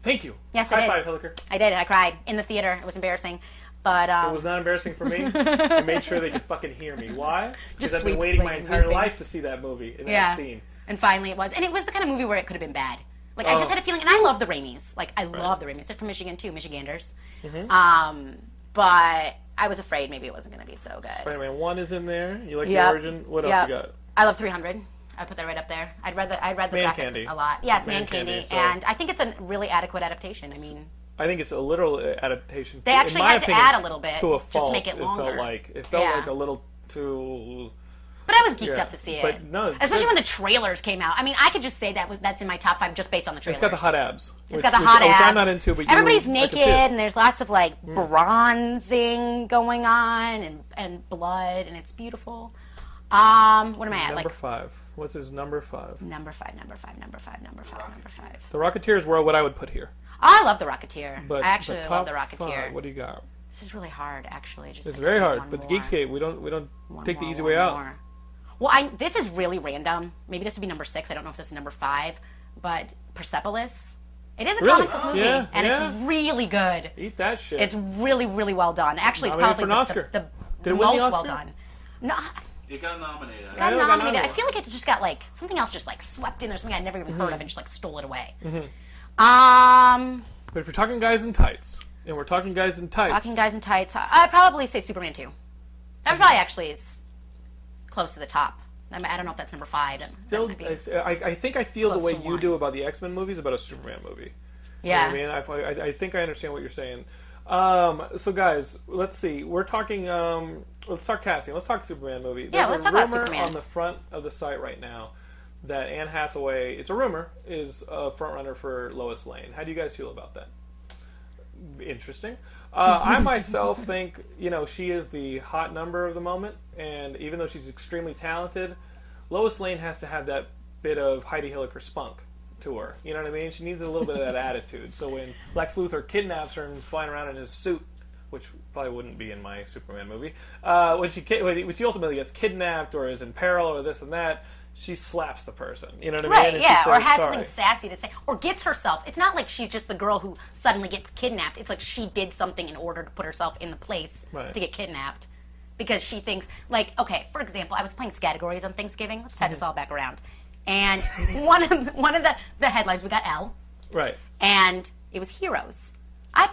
Speaker 1: Thank you.
Speaker 2: Yes, I
Speaker 1: High
Speaker 2: did.
Speaker 1: five, Hilliker.
Speaker 2: I did. I cried in the theater. It was embarrassing, but um,
Speaker 1: It was not embarrassing for me. I made sure they could fucking hear me. Why? Because
Speaker 2: Just
Speaker 1: I've been
Speaker 2: sweep-
Speaker 1: waiting my
Speaker 2: like,
Speaker 1: entire
Speaker 2: weeping.
Speaker 1: life to see that movie and
Speaker 2: yeah.
Speaker 1: that scene.
Speaker 2: And finally, it was, and it was the kind of movie where it could have been bad. Like I
Speaker 1: Oh.
Speaker 2: just had a feeling, and I love the Raimis. Like I love the Raimis. They're from Michigan too, Michiganders.
Speaker 1: Mm-hmm.
Speaker 2: Um, but I was afraid maybe it wasn't going to be so good.
Speaker 1: Spider-Man One is in there. You like
Speaker 2: Yep.
Speaker 1: the origin? What else
Speaker 2: Yep.
Speaker 1: you got?
Speaker 2: I love 300. I put that right up there. I'd read the I read the
Speaker 1: Man
Speaker 2: graphic
Speaker 1: candy.
Speaker 2: a lot. Yeah, it's
Speaker 1: Man
Speaker 2: man,
Speaker 1: candy,
Speaker 2: candy,
Speaker 1: so-
Speaker 2: and I think it's a really adequate adaptation. I mean,
Speaker 1: I think it's a literal adaptation.
Speaker 2: They actually
Speaker 1: in my
Speaker 2: had to
Speaker 1: opinion,
Speaker 2: add a little bit,
Speaker 1: to a
Speaker 2: just to
Speaker 1: fault.
Speaker 2: make it
Speaker 1: It
Speaker 2: longer.
Speaker 1: felt like it felt
Speaker 2: Yeah.
Speaker 1: like a little too.
Speaker 2: but I was geeked
Speaker 1: Yeah,
Speaker 2: up to see it.
Speaker 1: but no, it's
Speaker 2: especially
Speaker 1: good.
Speaker 2: when the trailers came out. I mean, I could just say that was that's in my top five just based on the trailers.
Speaker 1: It's got the hot abs.
Speaker 2: It's got the hot
Speaker 1: which
Speaker 2: abs.
Speaker 1: I'm not into, but you-
Speaker 2: everybody's
Speaker 1: I can see
Speaker 2: naked,
Speaker 1: it. Mm.
Speaker 2: and there's lots of like bronzing going on, and and blood, and it's beautiful. Um, what am I at?
Speaker 1: Number
Speaker 2: like
Speaker 1: five. What's his number five?
Speaker 2: number five, number five, number five, number five, number five. Oh,
Speaker 1: The Rocketeers were what I would put here.
Speaker 2: I love the Rocketeer.
Speaker 1: But
Speaker 2: I actually
Speaker 1: but
Speaker 2: love
Speaker 1: top
Speaker 2: the Rocketeer.
Speaker 1: Five, what do you got?
Speaker 2: This is really hard, actually. Just
Speaker 1: It's very hard. But the Geekscape, we don't we don't take the easy way out.
Speaker 2: Well, I, this is really random. Maybe this would be number six. I don't know if this is number five, but Persepolis. It is a
Speaker 1: Really?
Speaker 2: comic book
Speaker 1: Oh.
Speaker 2: movie,
Speaker 1: Yeah,
Speaker 2: and
Speaker 1: yeah.
Speaker 2: it's really good.
Speaker 1: Eat that shit.
Speaker 2: It's really, really well done. Actually, it's
Speaker 1: Nominated
Speaker 2: probably
Speaker 1: for an
Speaker 2: the,
Speaker 1: Oscar.
Speaker 2: the, the,
Speaker 1: Did it
Speaker 2: the
Speaker 1: win the
Speaker 2: most well
Speaker 1: Oscar?
Speaker 2: done. No, I
Speaker 3: It got nominated.
Speaker 1: I
Speaker 2: got
Speaker 1: know it got
Speaker 2: nominated. I
Speaker 1: nominated.
Speaker 2: feel like it just got like something else just like swept in there, something I'd never even
Speaker 1: Mm-hmm.
Speaker 2: heard of, and just like stole it away. Um,
Speaker 1: but if you're talking guys in tights, and we're talking guys in tights,
Speaker 2: Talking guys in tights. I'd probably say Superman 2. That probably
Speaker 1: Mm-hmm.
Speaker 2: actually is close to the top. I, mean, I don't know if that's number five. That, that
Speaker 1: still,
Speaker 2: might be.
Speaker 1: it's- I, I think I feel the
Speaker 2: Close
Speaker 1: way
Speaker 2: to
Speaker 1: you
Speaker 2: one.
Speaker 1: do about the X Men movies about a Superman movie.
Speaker 2: yeah.
Speaker 1: You know what I mean, I, I, I think I understand what you're saying. Um, so guys, let's see. We're talking. Um, let's start casting. Let's talk Superman movie. There's
Speaker 2: Yeah, let's
Speaker 1: a
Speaker 2: talk
Speaker 1: rumor
Speaker 2: about Superman.
Speaker 1: on the front of the site right now that Anne Hathaway. It's a rumor. Is a front runner for Lois Lane. How do you guys feel about that? Interesting. Uh, I myself think you know she is the hot number of the moment, and even though she's extremely talented, Lois Lane has to have that bit of Heidi Hilliker spunk to her. You know what I mean? She needs a little bit of that attitude. So when Lex Luthor kidnaps her and flying around in his suit, which probably wouldn't be in my Superman movie, uh, when she ki- when she ultimately gets kidnapped or is in peril or this and that, she slaps the person. You know what I mean?
Speaker 2: Right,
Speaker 1: And she
Speaker 2: yeah,
Speaker 1: says,
Speaker 2: or has
Speaker 1: "Sorry."
Speaker 2: something sassy to say, or gets herself. It's not like she's just the girl who suddenly gets kidnapped. It's like she did something in order to put herself in the place
Speaker 1: Right.
Speaker 2: to get kidnapped because she thinks, like, okay, for example, I was playing categories on Thanksgiving. Let's tie
Speaker 1: Mm-hmm.
Speaker 2: this all back around. And one of the, one of the, the headlines, we got L,
Speaker 1: Right,
Speaker 2: and it was heroes. I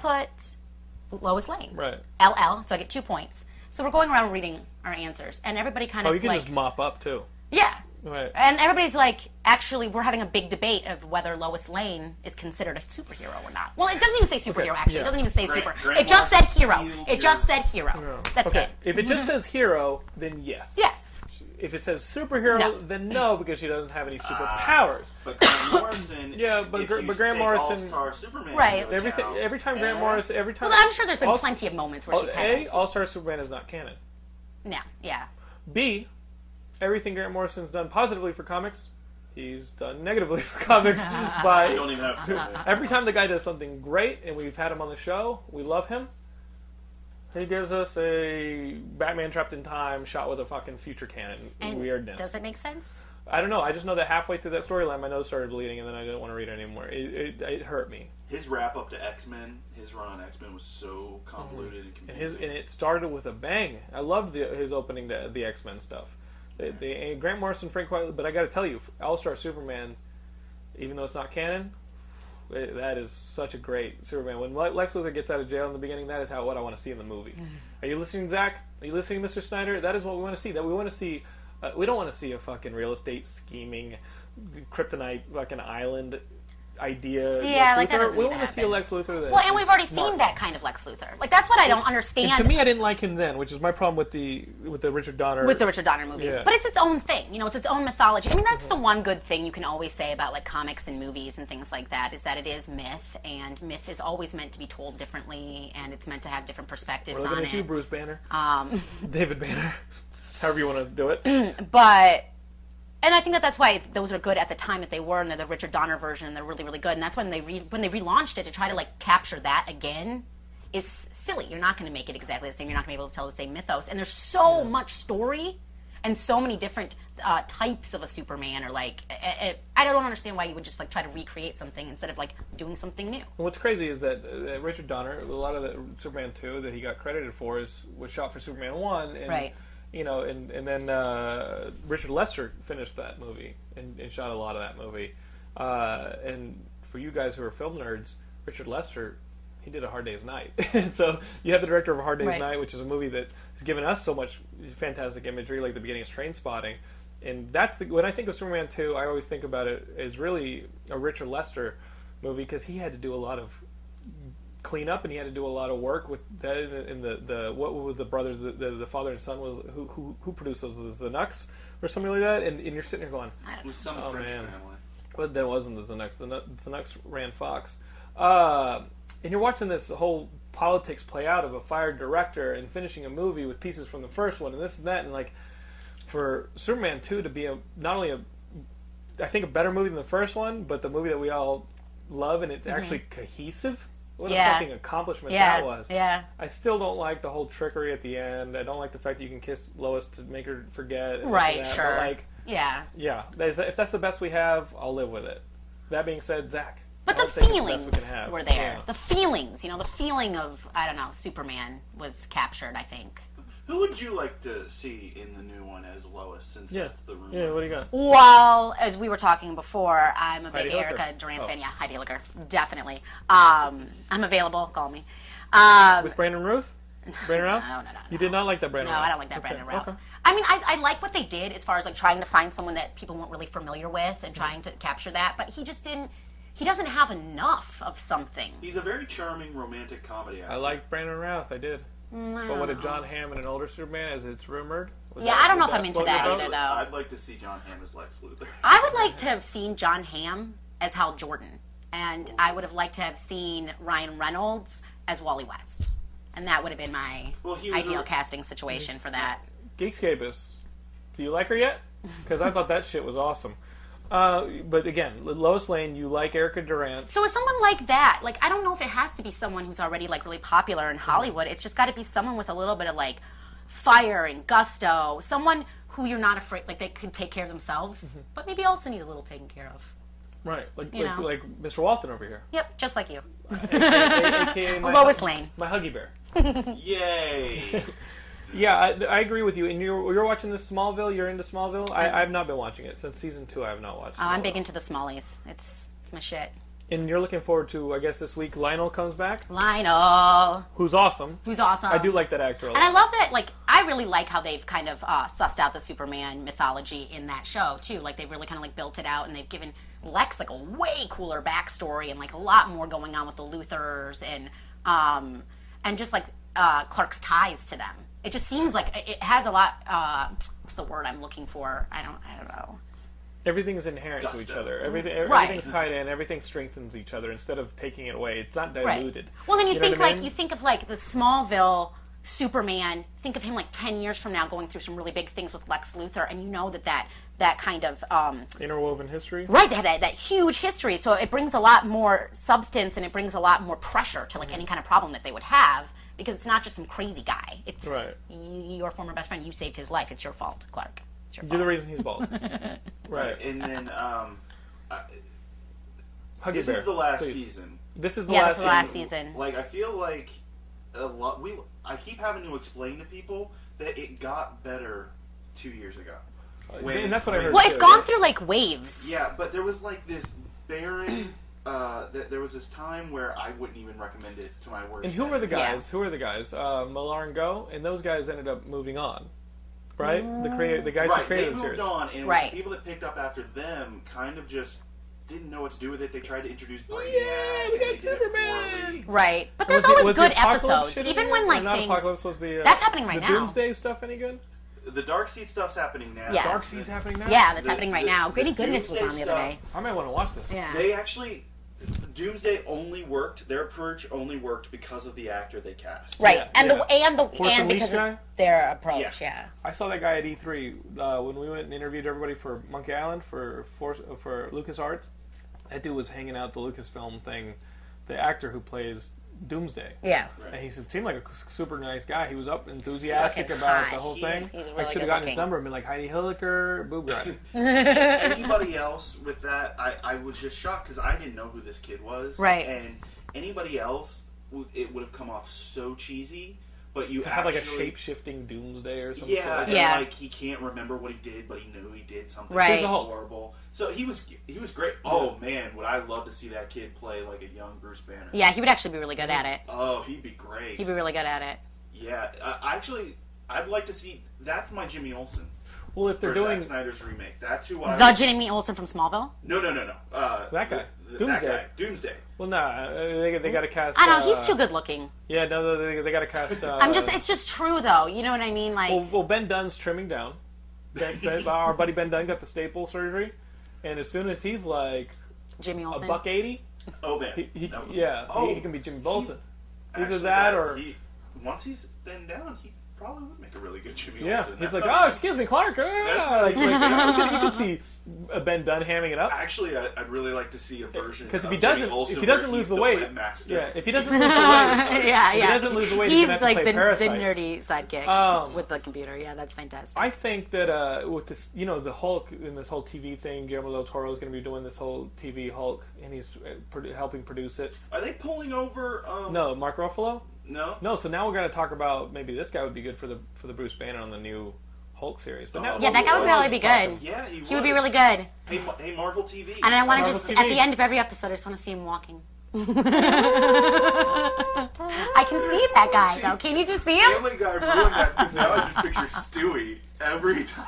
Speaker 2: put Lois Lane.
Speaker 1: right.
Speaker 2: LL, so I get two points. So we're going around reading our answers, and everybody kind
Speaker 1: Oh,
Speaker 2: of
Speaker 1: you can
Speaker 2: like,
Speaker 1: just Oh, mop up too.
Speaker 2: yeah,
Speaker 1: Right.
Speaker 2: and everybody's like, actually, we're having a big debate of whether Lois Lane is considered a superhero or not. Well, it doesn't even say superhero.
Speaker 1: Okay,
Speaker 2: Actually,
Speaker 1: yeah.
Speaker 2: it doesn't even say
Speaker 3: Grant-
Speaker 2: super.
Speaker 3: Grant
Speaker 2: it just said
Speaker 3: wants to
Speaker 2: hero.
Speaker 3: seal
Speaker 2: It just
Speaker 3: your-
Speaker 2: said hero. That's
Speaker 1: okay.
Speaker 2: it.
Speaker 1: If it just says hero, then yes.
Speaker 2: Yes.
Speaker 1: If it says superhero,
Speaker 2: No.
Speaker 1: then no, because she doesn't
Speaker 3: Ah.
Speaker 1: have any superpowers.
Speaker 3: But Grant Morrison.
Speaker 1: Yeah, but
Speaker 3: if
Speaker 1: Gr-
Speaker 3: you
Speaker 1: but Grant
Speaker 3: take
Speaker 1: Morrison-
Speaker 3: All-Star Superman
Speaker 2: Right.
Speaker 3: into
Speaker 1: every,
Speaker 3: account,
Speaker 1: every time Grant
Speaker 3: eh,
Speaker 1: Morris, every time.
Speaker 2: Well, I'm sure there's been
Speaker 1: Also- oh,
Speaker 2: plenty of moments where
Speaker 1: All,
Speaker 2: she's had.
Speaker 1: A,
Speaker 2: it.
Speaker 1: All Star Superman is not canon.
Speaker 2: No. Yeah.
Speaker 1: B, everything Grant Morrison's done positively for comics, he's done negatively for comics. by
Speaker 3: You don't even have
Speaker 2: Uh-huh.
Speaker 3: to.
Speaker 1: Every time the guy does something great, and we've had him on the show, we love him. He gives us a Batman trapped in time shot with a fucking future cannon
Speaker 2: And
Speaker 1: weirdness.
Speaker 2: Does it make sense? I
Speaker 1: I don't know. I just know that halfway through that storyline, my nose started bleeding, and then I didn't want to read it anymore. It, it, it hurt me.
Speaker 3: His wrap up to X Men, his run on X Men was so convoluted and
Speaker 1: And his
Speaker 3: confusing.
Speaker 1: and it started with a bang. I loved the, his opening to the X Men stuff. They, they, and Grant Morrison, Frank White, but I got to tell you, All Star Superman, even though it's not canon, it- that is such a great Superman. When Le- Lex Luthor gets out of jail in the beginning, that is how what I want to see in the movie. Are you listening, Zach? Are you listening, Mr. Snyder? That is what we want to see. That we want to see. Uh, we don't want to see a fucking real estate scheming, kryptonite fucking island idea.
Speaker 2: Yeah,
Speaker 1: Lex
Speaker 2: like, that
Speaker 1: Luthor.
Speaker 2: doesn't
Speaker 1: We
Speaker 2: need to
Speaker 1: want to see a
Speaker 2: happen.
Speaker 1: Lex Luthor. That
Speaker 2: Well, and we've
Speaker 1: is
Speaker 2: already
Speaker 1: smart.
Speaker 2: seen that kind of Lex Luthor. Like that's what I don't understand.
Speaker 1: And to me, I didn't like him then, which is my problem with the with the Richard Donner.
Speaker 2: with the Richard Donner movies.
Speaker 1: Yeah.
Speaker 2: But it's its own thing. You know, it's its own mythology. I mean, that's the one good thing you can always say about like comics and movies and things like that is that it is myth, and myth is always meant to be told differently, and it's meant to have different perspectives
Speaker 1: Looking
Speaker 2: on
Speaker 1: at you,
Speaker 2: it.
Speaker 1: Bruce Banner,
Speaker 2: Um.
Speaker 1: David Banner, however you want to do it.
Speaker 2: But and I think that that's why those are good at the time that they were, and they're the Richard Donner version. They're really, really good, and that's when they re- when they relaunched it to try to like capture that again. Is silly. You're not going to make it exactly the same. You're not going to be able to tell the same mythos. And there's so much story, and so many different uh, types of a Superman, or like I, I, I don't understand why you would just like try to recreate something instead of like doing something new.
Speaker 1: What's crazy is that uh, Richard Donner, a lot of the Superman two that he got credited for is was shot for Superman one, and
Speaker 2: Right.
Speaker 1: you know, and and then uh, Richard Lester finished that movie and, and shot a lot of that movie. Uh, and for you guys who are film nerds, Richard Lester. He did a Hard Day's Night, and so you have the director of a Hard Day's
Speaker 2: Right.
Speaker 1: Night, which is a movie that has given us so much fantastic imagery, like the beginning of Train Spotting, and that's the when I think of Superman two, I always think about it as really a Richard Lester movie because he had to do a lot of clean up and he had to do a lot of work with that in the, in the, the what were the brothers the, the, the father and son was who who, who produced those the Zanucks or something like that and, and you're sitting there going
Speaker 3: With some
Speaker 1: Oh,
Speaker 3: French
Speaker 1: man.
Speaker 3: family.
Speaker 1: but that wasn't the Zanucks the Nu- Zanucks ran Fox uh, and you're watching this whole politics play out of a fired director and finishing a movie with pieces from the first one and this and that and like for Superman 2 to be a not only a I think a better movie than the first one but the movie that we all love and it's actually cohesive what
Speaker 2: Mm-hmm. Yeah.
Speaker 1: a fucking accomplishment
Speaker 2: Yeah,
Speaker 1: that was
Speaker 2: yeah.
Speaker 1: I still don't like the whole trickery at the end. I don't like the fact that you can kiss Lois to make her forget. and this and
Speaker 2: Right?
Speaker 1: that, but,
Speaker 2: Sure.
Speaker 1: Like,
Speaker 2: yeah.
Speaker 1: yeah, that is- if that's the best we have, I'll live with it. That being said, Zach.
Speaker 2: But
Speaker 1: I
Speaker 2: the
Speaker 1: don't think it's the
Speaker 2: feelings
Speaker 1: best we can have.
Speaker 2: were there.
Speaker 1: Yeah.
Speaker 2: The feelings, you know, the feeling of I don't know, Superman was captured. I think.
Speaker 3: Who would you like to see in the new one as Lois? Since
Speaker 1: yeah.
Speaker 3: that's the rumor.
Speaker 1: yeah. What do you got?
Speaker 2: Well, as we were talking before, I'm a
Speaker 1: Heidi
Speaker 2: big
Speaker 1: Hilker.
Speaker 2: Erica Durant
Speaker 1: Oh.
Speaker 2: fan. Yeah, Heidi Hilker, definitely. Um, I'm available. Call me. Um,
Speaker 1: With Brandon Ruth? Brandon Ralph?
Speaker 2: no, no, no,
Speaker 1: You did not like that Brandon
Speaker 2: no,
Speaker 1: Routh?
Speaker 2: I don't like that
Speaker 1: Okay,
Speaker 2: Brandon Ralph.
Speaker 1: okay.
Speaker 2: I mean, I, I like what they did as far as like trying to find someone that people weren't really familiar with
Speaker 1: Mm-hmm.
Speaker 2: and trying to capture that, but he just didn't. He doesn't have enough of something.
Speaker 3: He's a very charming romantic comedy actor.
Speaker 1: I like Brandon Routh. I did. but what if John Hamm in an older Superman, as it's rumored? Would
Speaker 2: Yeah, I don't know if
Speaker 1: would
Speaker 2: I'm into
Speaker 1: float
Speaker 2: that
Speaker 1: your boat?
Speaker 2: either, though.
Speaker 3: I'd like to see John Hamm as Lex Luthor.
Speaker 2: I would like to have seen John Hamm as Hal Jordan, and I would have liked to have seen Ryan Reynolds as Wally West, and that would have been my
Speaker 3: Well, he was
Speaker 2: ideal
Speaker 3: a-
Speaker 2: casting situation for that.
Speaker 1: Geekscape is. Do you like her yet? Because I thought that shit was awesome. Uh, but again, Lois Lane, you like Erica Durant.
Speaker 2: So, with someone like that, like I don't know if it has to be someone who's already like really popular in Hollywood. It's just got to be someone with a little bit of like fire and gusto, someone who you're not afraid like they could take care of themselves,
Speaker 3: Mm-hmm.
Speaker 2: but maybe also needs a little taken care of.
Speaker 1: right, like
Speaker 2: You
Speaker 1: like,
Speaker 2: know.
Speaker 1: like Mr. Walton over here,
Speaker 2: Yep, just like you,
Speaker 1: A- AKA my,
Speaker 2: Lois Lane.
Speaker 1: my Huggy Bear.
Speaker 3: Yay!
Speaker 1: Yeah, I, I agree with you. And you're you're watching this Smallville. You're into Smallville. I, I've not been watching it since season two. I have not watched.
Speaker 2: Oh, I'm
Speaker 1: Smallville.
Speaker 2: big into the smallies. It's it's my shit.
Speaker 1: And you're looking forward to, I guess, this week Lionel comes back,
Speaker 2: Lionel,
Speaker 1: who's awesome.
Speaker 2: who's awesome.
Speaker 1: I do like that actor a lot.
Speaker 2: And I love that, like, I really like how they've kind of uh, sussed out the Superman mythology in that show, too. Like, they've really kind of, like, built it out, and they've given Lex, like, a way cooler backstory and, like, a lot more going on with the Luthers and, um, and just, like, uh, Clark's ties to them. It just seems like it- it has a lot, uh, what's the word I'm looking for? I don't, I don't know.
Speaker 1: Everything is inherent
Speaker 3: Gusto.
Speaker 1: to each other. Everything, everything's
Speaker 2: Right.
Speaker 1: tied in. Everything strengthens each other instead of taking it away. It's not diluted.
Speaker 2: Well, then you,
Speaker 1: know
Speaker 2: think
Speaker 1: what I
Speaker 2: like
Speaker 1: mean?
Speaker 2: you think of like the Smallville Superman, think of him like 10 years from now going through some really big things with Lex Luthor, and you know that that, that kind of. Um,
Speaker 1: Interwoven history.
Speaker 2: right, they have that, that huge history, so it brings a lot more substance and it brings a lot more pressure to like
Speaker 1: Mm-hmm.
Speaker 2: any kind of problem that they would have because it's not just some crazy guy. It's
Speaker 1: Right.
Speaker 2: y- your former best friend. You saved his life. It's your fault, Clark. It's your
Speaker 1: You're the
Speaker 2: fault.
Speaker 1: reason he's bald. right.
Speaker 3: And then um, I-
Speaker 1: Hug
Speaker 3: this
Speaker 1: your
Speaker 3: is
Speaker 1: bear,
Speaker 3: the last
Speaker 1: please.
Speaker 3: season.
Speaker 1: This is the
Speaker 2: Yeah,
Speaker 1: last
Speaker 2: this is the last
Speaker 1: season.
Speaker 2: season.
Speaker 3: Like I feel like a lot. We I keep having to explain to people that it got better two years ago. When-
Speaker 1: Uh, And that's what I
Speaker 3: when-
Speaker 1: heard.
Speaker 2: Well, it's
Speaker 1: too.
Speaker 2: gone through like waves.
Speaker 3: Yeah, but there was like this barren. Uh, th- there was this time where I wouldn't even recommend it to my worst.
Speaker 1: And who were the
Speaker 3: enemy.
Speaker 2: Yeah.
Speaker 1: guys? Who are the guys? Uh, Millar and Go, and those guys ended up moving on, right? The create the guys who
Speaker 3: Right, they
Speaker 1: created the
Speaker 3: moved
Speaker 1: series.
Speaker 3: on, and it was
Speaker 2: Right.
Speaker 3: the people that picked up after them kind of just didn't know what to do with it. They tried to introduce Brainiac.
Speaker 1: Yeah, we
Speaker 3: and they
Speaker 1: got
Speaker 3: did it poorly.
Speaker 1: Superman.
Speaker 2: Right.
Speaker 1: Was
Speaker 2: But there's
Speaker 1: the- was
Speaker 2: always
Speaker 1: the
Speaker 2: good
Speaker 1: Apocalypse
Speaker 2: episodes.
Speaker 1: shit in
Speaker 2: Even
Speaker 1: there?
Speaker 2: when
Speaker 1: Or
Speaker 2: like
Speaker 1: not
Speaker 2: things.
Speaker 1: Apocalypse was the uh,
Speaker 2: That's happening right
Speaker 1: the
Speaker 2: now.
Speaker 1: Doomsday stuff any good?
Speaker 3: The Dark Seed stuff's happening now.
Speaker 2: Yeah.
Speaker 1: Dark Seed's happening now.
Speaker 2: Yeah, that's
Speaker 3: The-
Speaker 2: happening right
Speaker 3: the-
Speaker 2: now.
Speaker 3: the
Speaker 2: Granny Goodness was
Speaker 3: Doomsday
Speaker 2: on the other
Speaker 3: stuff-
Speaker 2: day.
Speaker 1: I might want to watch this.
Speaker 2: Yeah.
Speaker 3: They actually, Doomsday only worked. Their approach only worked because of the actor they cast.
Speaker 2: right.
Speaker 1: Yeah,
Speaker 2: and the
Speaker 1: yeah.
Speaker 2: and the
Speaker 1: Horse
Speaker 2: and
Speaker 1: and leash
Speaker 2: because
Speaker 1: guy?
Speaker 2: of their approach, yeah.
Speaker 3: Yeah.
Speaker 1: I saw that guy at E3 uh, when we went and interviewed everybody for Monkey Island for for, for Lucas Arts. That dude was hanging out the Lucasfilm thing. The actor who plays Doomsday.
Speaker 2: Yeah.
Speaker 1: And he seemed like a s- super nice guy. He was up enthusiastic
Speaker 2: fucking
Speaker 1: about
Speaker 2: hot.
Speaker 1: the whole
Speaker 3: He
Speaker 1: thing.
Speaker 3: is-
Speaker 2: he's
Speaker 1: I
Speaker 2: really
Speaker 1: should have gotten his
Speaker 2: good-looking.
Speaker 1: number and been like Heidi Hilliker, boob rider.
Speaker 3: anybody else with that, I, I was just shocked because I didn't know who this kid was.
Speaker 2: Right.
Speaker 3: And anybody else, w- it would have come off so cheesy. But you
Speaker 1: have like a
Speaker 3: actually-
Speaker 1: shape shifting Doomsday or something.
Speaker 3: Yeah,
Speaker 1: Like
Speaker 3: and
Speaker 1: that.
Speaker 2: Yeah.
Speaker 3: like he can't remember what he did, but he knew he did something
Speaker 2: Right. He's
Speaker 1: the Hulk.
Speaker 3: horrible. So he was he was great. Oh man, would I love to see that kid play like a young Bruce Banner?
Speaker 2: Yeah, he would actually be really good at it.
Speaker 3: Oh, he'd be great.
Speaker 2: He'd be really good at it.
Speaker 3: yeah, I, actually, I'd like to see. That's my Jimmy Olsen
Speaker 1: Well, if they're
Speaker 3: for
Speaker 1: doing
Speaker 3: Zack Snyder's remake. That's who I.
Speaker 2: The Jimmy Olsen from Smallville?
Speaker 3: no, no, no, no. Uh,
Speaker 1: That guy.
Speaker 3: th- th-
Speaker 1: Doomsday.
Speaker 3: That guy. Doomsday.
Speaker 1: well, nah, uh, they, they got to cast.
Speaker 2: I don't know,
Speaker 1: uh,
Speaker 2: he's too good looking.
Speaker 1: Yeah, no, they, they got to cast. Uh,
Speaker 2: I'm just it's just true though. You know what I mean? Like
Speaker 1: well, well, Ben Dunn's trimming down. Ben, Ben- our buddy Ben Dunn got the staple surgery, and as soon as he's like
Speaker 2: Jimmy
Speaker 1: a
Speaker 2: Olsen.
Speaker 1: buck eighty,
Speaker 3: Oh man.
Speaker 1: he, he,
Speaker 3: No.
Speaker 1: yeah,
Speaker 3: Oh,
Speaker 1: he, he can be Jimmy Bolson.
Speaker 3: actually,
Speaker 1: Either that or
Speaker 3: he, once he's thinned down, he probably would make a really good Jimmy
Speaker 1: yeah,
Speaker 3: Olsen.
Speaker 1: he's
Speaker 3: That's
Speaker 1: like,
Speaker 3: not-
Speaker 1: oh, excuse me, Clark. uh,"
Speaker 3: not
Speaker 1: like,
Speaker 3: even-
Speaker 1: like, yeah, you, can, you can see uh, Ben Dunn hamming it up.
Speaker 3: Actually, I, I'd really like to see a version
Speaker 1: Because if
Speaker 3: of
Speaker 1: he
Speaker 3: Jimmy
Speaker 1: doesn't,
Speaker 3: Olsen
Speaker 1: if he doesn't
Speaker 3: where
Speaker 1: lose
Speaker 3: he's
Speaker 1: the weight,
Speaker 3: webmaster.
Speaker 1: yeah, if he doesn't lose the weight,
Speaker 2: yeah, yeah.
Speaker 1: he doesn't lose the weight, he's
Speaker 2: he's
Speaker 1: gonna have to
Speaker 2: like
Speaker 1: play
Speaker 2: the, the
Speaker 1: Parasite.
Speaker 2: nerdy sidekick
Speaker 1: Um,
Speaker 2: with the computer. Yeah, that's fantastic.
Speaker 1: I think that uh, with this, you know, the Hulk and this whole TV thing, Guillermo del Toro is going to be doing this whole TV Hulk, and he's uh, produ- helping produce it.
Speaker 3: Are they pulling over? Um,
Speaker 1: No, Mark Ruffalo.
Speaker 3: no,
Speaker 1: No, so now we're going to talk about maybe this guy would be good for the for the Bruce Banner on the new Hulk series. But now,
Speaker 3: Oh.
Speaker 2: yeah, that guy would probably be
Speaker 1: Talking.
Speaker 2: good.
Speaker 3: Yeah, he,
Speaker 2: He would be really good.
Speaker 3: Hey, Ma- hey, Marvel Uh, TV.
Speaker 2: And I want to
Speaker 1: Marvel
Speaker 2: just,
Speaker 1: TV.
Speaker 2: at the end of every episode, I just want to see him walking. I can see that guy, though. Can you just see him?
Speaker 3: Family Guy ruined that 'cause now I just picture Stewie every time.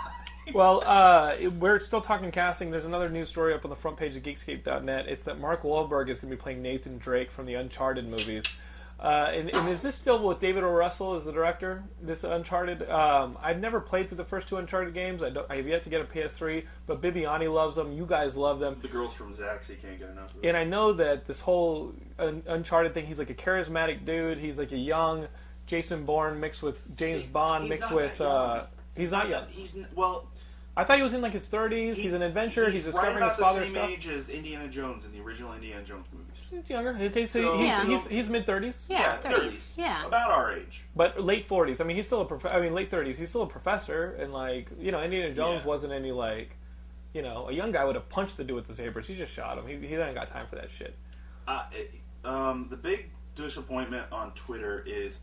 Speaker 1: Well, uh, it- we're still talking casting. There's another news story up on the front page of Geekscape.net. It's that Mark Wahlberg is going to be playing Nathan Drake from the Uncharted movies. Uh, and, and is this still with David O. Russell as the director? This Uncharted. Um, I've never played through the first two Uncharted games. I, don't, I have yet to get a PS3, but Bibiani loves them. You guys love them.
Speaker 3: The girls from Zax, he can't get enough. Of
Speaker 1: and I know that this whole Un- Uncharted thing, he's like a charismatic dude. He's like a young Jason Bourne mixed with James
Speaker 3: He's-
Speaker 1: Bond
Speaker 3: he's
Speaker 1: mixed
Speaker 3: not
Speaker 1: with.
Speaker 3: that young.
Speaker 1: Uh, he's not young.
Speaker 3: He's n- well.
Speaker 1: I thought he was in like his 30s.
Speaker 3: he-
Speaker 1: he's an adventurer. He's, discovering
Speaker 3: right about
Speaker 1: his father's
Speaker 3: the
Speaker 1: stuff.
Speaker 3: same age as Indiana Jones in the original Indiana Jones movies.
Speaker 1: He's younger. Okay, so,
Speaker 3: So-
Speaker 1: he's,
Speaker 2: Yeah.
Speaker 1: he's, he's mid 30s,
Speaker 2: Yeah, 30s. Yeah.
Speaker 3: about our age.
Speaker 1: but late 40s. I mean, he's still a prof- I mean, late 30s. He's still a professor, and like you know, Indiana Jones
Speaker 3: Yeah.
Speaker 1: wasn't any like. You know, a young guy would have punched the dude with the sabers. He just shot him. He, he ain't got time for that shit.
Speaker 3: Uh, it- um, the big disappointment on Twitter is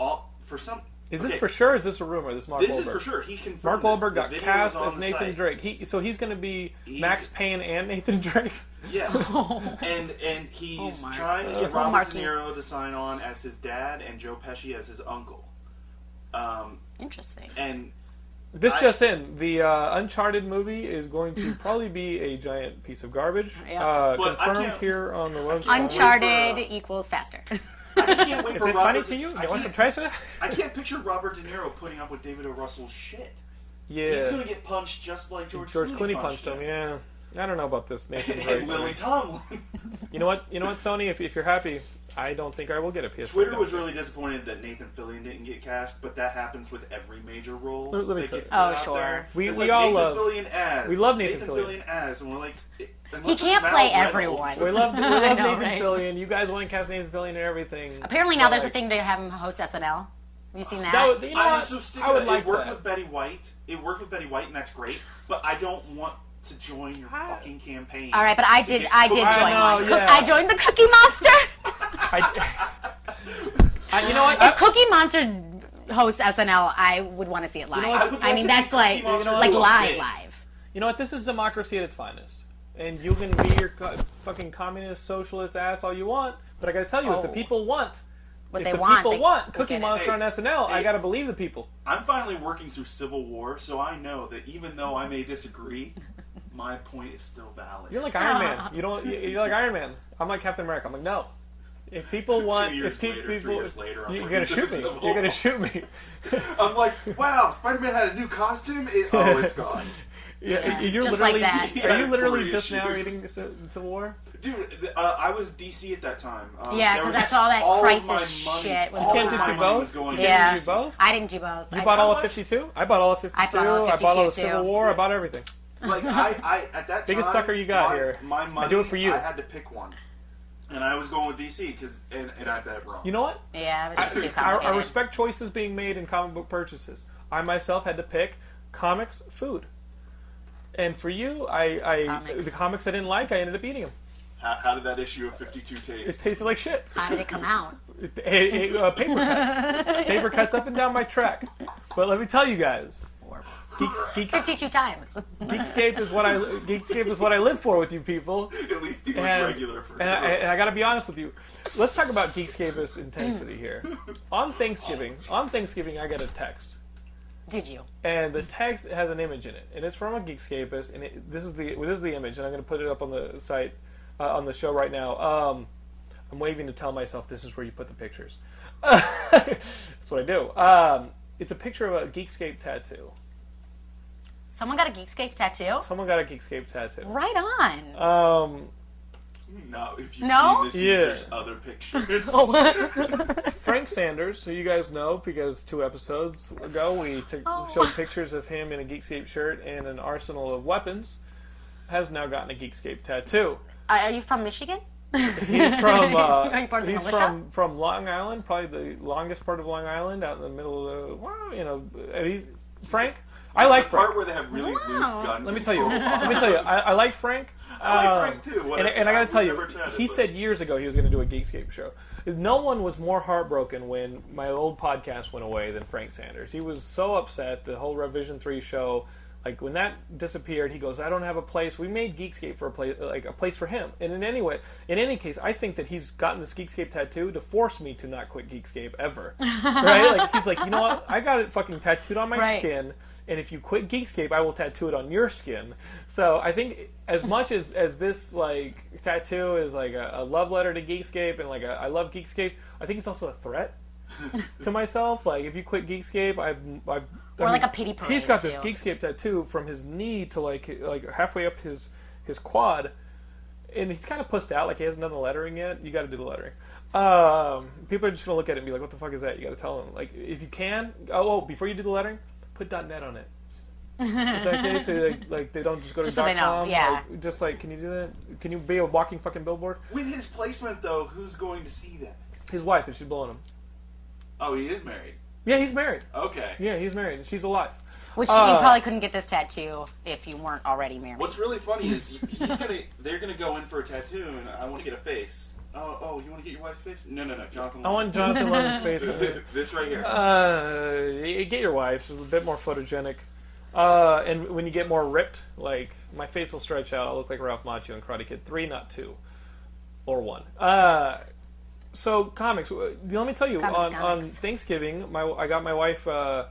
Speaker 3: all for some.
Speaker 1: Is
Speaker 3: okay,
Speaker 1: this for sure? Or is this a rumor? This Mark
Speaker 3: This
Speaker 1: Wahlberg?
Speaker 3: is for sure. He confirmed.
Speaker 1: Mark
Speaker 3: this.
Speaker 1: Wahlberg
Speaker 3: The
Speaker 1: got
Speaker 3: video was
Speaker 1: cast
Speaker 3: on
Speaker 1: as
Speaker 3: the
Speaker 1: Nathan
Speaker 3: site.
Speaker 1: Drake. He so he's going to be
Speaker 3: He's-
Speaker 1: Max Payne and Nathan Drake.
Speaker 3: Yes. and and he's
Speaker 2: Oh, Mark.
Speaker 3: trying to get
Speaker 2: Poor
Speaker 3: Robert
Speaker 2: Marky.
Speaker 3: De Niro to sign on as his dad and Joe Pesci as his uncle. Um,
Speaker 2: Interesting.
Speaker 3: and
Speaker 1: This
Speaker 3: I-
Speaker 1: just in: the uh, Uncharted movie is going to probably be a giant piece of garbage.
Speaker 2: Yeah.
Speaker 1: Uh,
Speaker 3: But I
Speaker 1: confirmed
Speaker 3: can't-
Speaker 1: here on the website.
Speaker 2: Uncharted
Speaker 3: Wait for,
Speaker 2: equals faster.
Speaker 3: I just can't wait
Speaker 1: Is
Speaker 3: for
Speaker 1: this
Speaker 3: Robert
Speaker 1: funny
Speaker 3: De-
Speaker 1: to you?
Speaker 3: I
Speaker 1: You want some
Speaker 3: can't-
Speaker 1: trash? yeah.
Speaker 3: I can't picture Robert De Niro putting up with David O. Russell's shit. He's gonna get punched just like George.
Speaker 1: George
Speaker 3: Clooney,
Speaker 1: Clooney punched him. Yeah. I don't know about this Nathan
Speaker 3: And
Speaker 1: Drake.
Speaker 3: Lily Tomlin.
Speaker 1: You know what? You know what, Sony? If, if you're happy, I don't think I will get a PS4.
Speaker 3: Twitter was
Speaker 1: adapter.
Speaker 3: really disappointed that Nathan Fillion didn't get cast, but that happens with every major role.
Speaker 1: Let- let me
Speaker 3: that
Speaker 1: tell you.
Speaker 3: gets put
Speaker 2: Oh,
Speaker 3: out
Speaker 2: sure.
Speaker 3: there.
Speaker 1: We-
Speaker 3: It's
Speaker 1: we
Speaker 3: like
Speaker 1: all
Speaker 3: Nathan
Speaker 1: love-
Speaker 3: Fillion as
Speaker 1: we love Nathan Fillion.
Speaker 3: Fillion as, and we're like, it- unless it's
Speaker 2: can't
Speaker 3: Mal
Speaker 2: play
Speaker 3: Reynolds.
Speaker 2: everyone.
Speaker 1: We love, we
Speaker 2: I
Speaker 1: love
Speaker 2: know,
Speaker 1: Nathan
Speaker 2: right?
Speaker 1: Fillion. You guys want to cast Nathan Fillion and everything.
Speaker 2: Apparently now
Speaker 1: But,
Speaker 2: there's a
Speaker 1: like,
Speaker 2: thing to have him host SNL. Have you seen that?
Speaker 1: That would, you know
Speaker 3: I'm
Speaker 1: what?
Speaker 3: so sick
Speaker 1: I
Speaker 3: of
Speaker 1: would
Speaker 3: it.
Speaker 1: like
Speaker 3: it worked
Speaker 1: that.
Speaker 3: with Betty White. It worked with Betty White, and that's great. But I don't want to join your
Speaker 1: I-
Speaker 3: fucking campaign.
Speaker 2: All right, but I
Speaker 3: to
Speaker 2: did.
Speaker 3: get
Speaker 2: I did join.
Speaker 3: cooked
Speaker 1: I know,
Speaker 2: one. Cook-
Speaker 1: yeah.
Speaker 2: I joined the Cookie Monster.
Speaker 1: I, I- you know what?
Speaker 2: if Cookie Monster hosts SNL, I would want to see it live.
Speaker 1: know, I would
Speaker 2: I, mean,
Speaker 3: like to see
Speaker 2: that's
Speaker 3: Cookie
Speaker 2: like
Speaker 3: Monster
Speaker 2: like
Speaker 3: do a
Speaker 2: live,
Speaker 3: bit.
Speaker 2: live.
Speaker 1: You know what? This is democracy at its finest. And you can be your co- fucking communist, socialist ass all you want, but I gotta tell you, if the
Speaker 2: Oh.
Speaker 1: people want,
Speaker 2: What
Speaker 1: if
Speaker 2: they
Speaker 1: the
Speaker 2: want,
Speaker 1: people
Speaker 2: they
Speaker 1: want
Speaker 2: will
Speaker 1: Cookie
Speaker 2: get it.
Speaker 1: Monster on SNL, I
Speaker 3: Hey.
Speaker 1: gotta believe the people.
Speaker 3: I'm finally working through Civil War, so I know that even though I may disagree, my point is still valid.
Speaker 1: You're like Iron Man. You don't. you- You're like Iron Man. I'm like Captain America. I'm like no. If people want,
Speaker 3: years
Speaker 1: if pe-
Speaker 3: later, three
Speaker 1: people,
Speaker 3: years later, I'm
Speaker 1: you're
Speaker 3: like,
Speaker 1: gonna
Speaker 3: this
Speaker 1: shoot
Speaker 3: is
Speaker 1: me.
Speaker 3: a
Speaker 1: You're gonna
Speaker 3: bull.
Speaker 1: shoot me.
Speaker 3: I'm like, wow, Spider-Man had a new costume. It, oh, it's gone,
Speaker 1: Yeah, you're
Speaker 2: just like
Speaker 1: literally.
Speaker 2: that.
Speaker 1: Are you literally
Speaker 3: Three
Speaker 1: just now
Speaker 3: issues.
Speaker 1: reading Ci- Civil War?
Speaker 3: dude. th- Uh, I was DC at that time. Um,
Speaker 2: Yeah,
Speaker 3: there
Speaker 2: 'cause
Speaker 3: was
Speaker 2: that's all that
Speaker 3: of
Speaker 2: crisis
Speaker 3: my
Speaker 2: shit was
Speaker 3: all
Speaker 2: going
Speaker 3: of
Speaker 1: on. Can't
Speaker 3: my
Speaker 1: just do
Speaker 3: money
Speaker 1: both?
Speaker 3: was going
Speaker 1: You
Speaker 3: into
Speaker 1: can't
Speaker 2: Yeah,
Speaker 1: do both?
Speaker 2: I didn't do both.
Speaker 1: You
Speaker 2: I
Speaker 1: bought all of
Speaker 3: much?
Speaker 1: 52. I bought all of 52.
Speaker 2: I bought all of
Speaker 1: the
Speaker 2: 52,
Speaker 1: Civil
Speaker 2: too.
Speaker 1: War. I bought everything.
Speaker 3: like I, I at that
Speaker 1: Biggest
Speaker 3: time,
Speaker 1: sucker you got
Speaker 3: my,
Speaker 1: here.
Speaker 3: My money,
Speaker 1: I do it for you.
Speaker 3: I had to pick one, and I was going with DC because, and, and I bet wrong.
Speaker 1: You know what?
Speaker 2: Yeah, it was just too
Speaker 1: I,
Speaker 2: complicated.
Speaker 1: I respect choices being made in comic book purchases. I myself had to pick comics, food, and for you, I, I
Speaker 2: Comics.
Speaker 1: the comics I didn't like, I ended up eating them.
Speaker 3: how, how did that issue of Fifty Two
Speaker 1: It
Speaker 3: taste?
Speaker 1: tasted like shit.
Speaker 2: How did it come out?
Speaker 1: It- it- uh, paper cuts, paper cuts up and down my track. But let me tell you guys, Geeks, Geeks,
Speaker 2: Fifty-two times.
Speaker 1: Geekscape is what I Geekscape is what I live for with you people.
Speaker 3: At least he was
Speaker 1: and,
Speaker 3: regular for
Speaker 1: and I, and I got to be honest with you. Let's talk about Geekscape's intensity here. On Thanksgiving, on Thanksgiving, I got a text,
Speaker 2: Did you?
Speaker 1: and the text has an image in it, and it's from a Geekscapist, and it, this is the well, this is the image, and I'm going to put it up on the site uh, on the show right now. Um, I'm waving to tell myself this is where you put the pictures. That's what I do. Um, it's a picture of a Geekscape tattoo.
Speaker 2: Someone got a Geekscape tattoo.
Speaker 1: Someone got a Geekscape tattoo.
Speaker 2: Right on.
Speaker 1: Um,
Speaker 3: No, if you've
Speaker 2: No?
Speaker 3: seen this,
Speaker 1: Yeah.
Speaker 3: there's other pictures.
Speaker 1: Uh, Frank Sanders, who you guys know because two episodes ago we took,
Speaker 2: Oh.
Speaker 1: showed pictures of him in a Geekscape shirt and an arsenal of weapons, has now gotten a Geekscape tattoo.
Speaker 2: Uh, are you from Michigan?
Speaker 1: He's from uh,
Speaker 2: Are you part of the
Speaker 1: he's
Speaker 2: militia?
Speaker 1: from from Long Island, probably the longest part of Long Island, out in the middle of the well, you know. and he- Frank, I like
Speaker 3: part
Speaker 1: Frank.
Speaker 3: where they have really
Speaker 2: Wow.
Speaker 3: loose gun.
Speaker 1: Let me tell you.
Speaker 3: control.
Speaker 1: Let me tell you. I, I like Frank.
Speaker 3: I like
Speaker 1: Um,
Speaker 3: Frank too. What
Speaker 1: and,
Speaker 3: if-
Speaker 1: and I got to
Speaker 3: we've
Speaker 1: tell you,
Speaker 3: never chatted,
Speaker 1: he
Speaker 3: but-
Speaker 1: said years ago he was going to do a Geekscape show. No one was more heartbroken when my old podcast went away than Frank Sanders. He was so upset. The whole Revision Three show, like when that disappeared, he goes, "I don't have a place." We made Geekscape for a place, like a place for him. And in any way, in any case, I think that he's gotten this Geekscape tattoo to force me to not quit Geekscape ever. right? Like he's like, you know what? I got it fucking tattooed on my
Speaker 2: Right.
Speaker 1: skin. And if you quit Geekscape, I will tattoo it on your skin. So I think as much as, as this like tattoo is like a, a love letter to Geekscape and like a, I love Geekscape, I think it's also a threat to myself. Like if you quit Geekscape, I've I've
Speaker 2: Or like a pity parade,
Speaker 1: He's got this
Speaker 2: too.
Speaker 1: Geekscape tattoo from his knee to like like halfway up his his quad, and he's kind of pushed out. Like he hasn't done the lettering yet. You got to do the lettering. Um, people are just gonna look at it and be like, "What the fuck is that?" You got to tell them. Like if you can. Oh, oh, before you do the lettering, put .net on it. Is that okay? So like, like they don't just go to
Speaker 2: Just so
Speaker 1: dot
Speaker 2: they know,
Speaker 1: com.
Speaker 2: yeah.
Speaker 1: like, just like, can you do that? Can you be a walking fucking billboard?
Speaker 3: With his placement, though, who's going to see that?
Speaker 1: His wife, and she's blowing him.
Speaker 3: Oh, he is married.
Speaker 1: Yeah, he's married.
Speaker 3: Okay.
Speaker 1: Yeah, he's married, and she's alive.
Speaker 2: Which you
Speaker 1: Uh,
Speaker 2: probably couldn't get this tattoo if you weren't already married.
Speaker 3: What's really funny is he- he's gonna, they're going to go in for a tattoo, and I want to get a face. Oh, oh, you want to get your wife's face? No, no, no, Jonathan.
Speaker 1: I want Jonathan Lemon's face. in it.
Speaker 3: this right here.
Speaker 1: Uh, y- get your wife. She's a bit more photogenic. Uh, and when you get more ripped, like my face will stretch out. I look like Ralph Macchio in Karate Kid three, not two, or one. Uh, so comics. w- Let me tell you
Speaker 2: Comics,
Speaker 1: on, on
Speaker 2: comics.
Speaker 1: Thanksgiving, my I got my wife. Uh,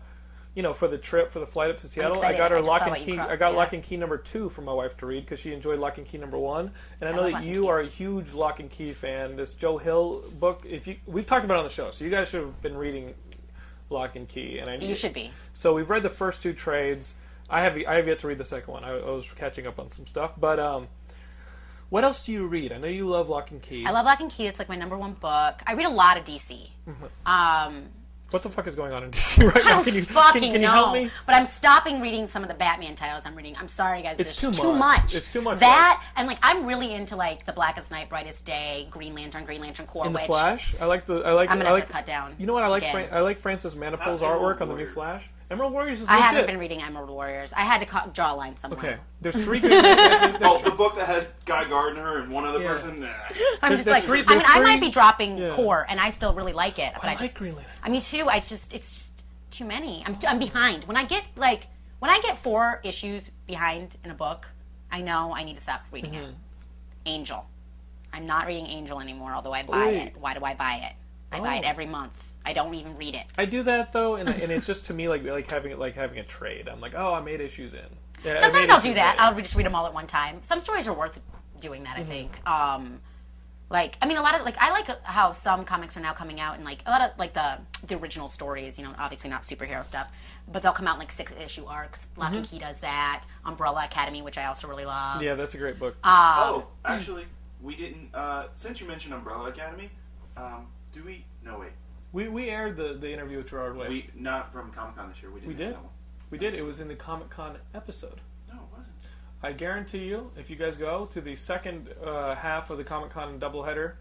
Speaker 1: you know, for the trip, for the flight up to Seattle, I
Speaker 2: excited.
Speaker 1: got her
Speaker 2: I just
Speaker 1: lock
Speaker 2: saw
Speaker 1: and
Speaker 2: what you
Speaker 1: key.
Speaker 2: cropped,
Speaker 1: I got
Speaker 2: yeah.
Speaker 1: lock and key number two for my wife to read because she enjoyed lock and key number one. And I know
Speaker 2: love
Speaker 1: that
Speaker 2: Lock and
Speaker 1: you
Speaker 2: Key.
Speaker 1: are a huge lock and key fan. This Joe Hill book, if you we've talked about it on the show, so you guys should have been reading Lock and Key. And I
Speaker 2: you should be.
Speaker 1: so we've read the first two trades. I have I have yet to read the second one. I, I was catching up on some stuff, but um, What else do you read? I know you love Lock and Key.
Speaker 2: I love Lock and Key. It's like my number one book. I read a lot of DC. Um,
Speaker 1: What the fuck is going on in DC right now?
Speaker 2: I don't
Speaker 1: Mm-hmm. Can you
Speaker 2: fucking
Speaker 1: can, can you
Speaker 2: know.
Speaker 1: help me?
Speaker 2: But I'm stopping reading some of the Batman titles I'm reading. I'm sorry, guys. but
Speaker 1: It's too
Speaker 2: too
Speaker 1: much.
Speaker 2: much.
Speaker 1: It's too much,
Speaker 2: That and like I'm really into like the Blackest Night, Brightest Day, Green Lantern, Green Lantern Core
Speaker 1: In the
Speaker 2: Witch.
Speaker 1: Flash, I like the I like
Speaker 2: I'm gonna
Speaker 1: I
Speaker 2: have
Speaker 1: like,
Speaker 2: to cut down
Speaker 1: You know what I like?
Speaker 2: again.
Speaker 1: Fran- uh, I like Francis Manipul's
Speaker 3: That's Emerald
Speaker 1: artwork on the new
Speaker 3: Warriors.
Speaker 1: Flash. Emerald Warriors is
Speaker 2: I
Speaker 1: legit.
Speaker 2: haven't been reading Emerald Warriors. I had to ca- draw a line somewhere.
Speaker 1: Okay, there's three good. there's-
Speaker 3: Oh, the book that had Guy Gardner and one other
Speaker 1: Yeah.
Speaker 3: person. Nah.
Speaker 2: I'm
Speaker 1: There's-
Speaker 2: just
Speaker 1: there's
Speaker 2: like,
Speaker 1: three-
Speaker 2: I mean,
Speaker 1: there's
Speaker 2: I might
Speaker 1: three-
Speaker 2: be dropping
Speaker 1: Yeah.
Speaker 2: Core, and I still really like it. But I,
Speaker 1: I like
Speaker 2: just,
Speaker 1: Green Lantern.
Speaker 2: I mean, too. I just, it's just too many. I'm, I'm behind. When I get like, when I get four issues behind in a book, I know I need to stop reading
Speaker 1: Mm-hmm.
Speaker 2: it. Angel, I'm not reading Angel anymore. Although I buy
Speaker 1: Ooh.
Speaker 2: it. Why do I buy it? I buy it
Speaker 1: Oh.
Speaker 2: every month. I don't even read it.
Speaker 1: I do that though, and, and it's just to me like like having it like having a trade. I'm like, oh, I made issues in. Yeah, I
Speaker 2: Sometimes
Speaker 1: made
Speaker 2: I'll do
Speaker 1: issues
Speaker 2: that.
Speaker 1: in.
Speaker 2: I'll re- just read them all at one time. Some stories are worth doing that. I
Speaker 1: Mm-hmm.
Speaker 2: think. Um, like I mean, a lot of like I like how some comics are now coming out and like a lot of like the the original stories. You know, obviously not superhero stuff, but they'll come out in, like six issue arcs.
Speaker 1: Mm-hmm.
Speaker 2: Lock and Key does that. Umbrella Academy, which I also really love.
Speaker 1: yeah, that's a great book.
Speaker 2: Uh, Ah.
Speaker 3: Oh, actually, we didn't. Uh, since you mentioned Umbrella Academy, um, do we? No wait,
Speaker 1: we we aired the, the interview with Gerard Way.
Speaker 3: we not from Comic Con this year. We
Speaker 1: We
Speaker 3: didn't. have
Speaker 1: did.
Speaker 3: That one.
Speaker 1: We did. It was in the Comic Con episode.
Speaker 3: No, it wasn't.
Speaker 1: I guarantee you, if you guys go to the second uh, half of the Comic Con doubleheader,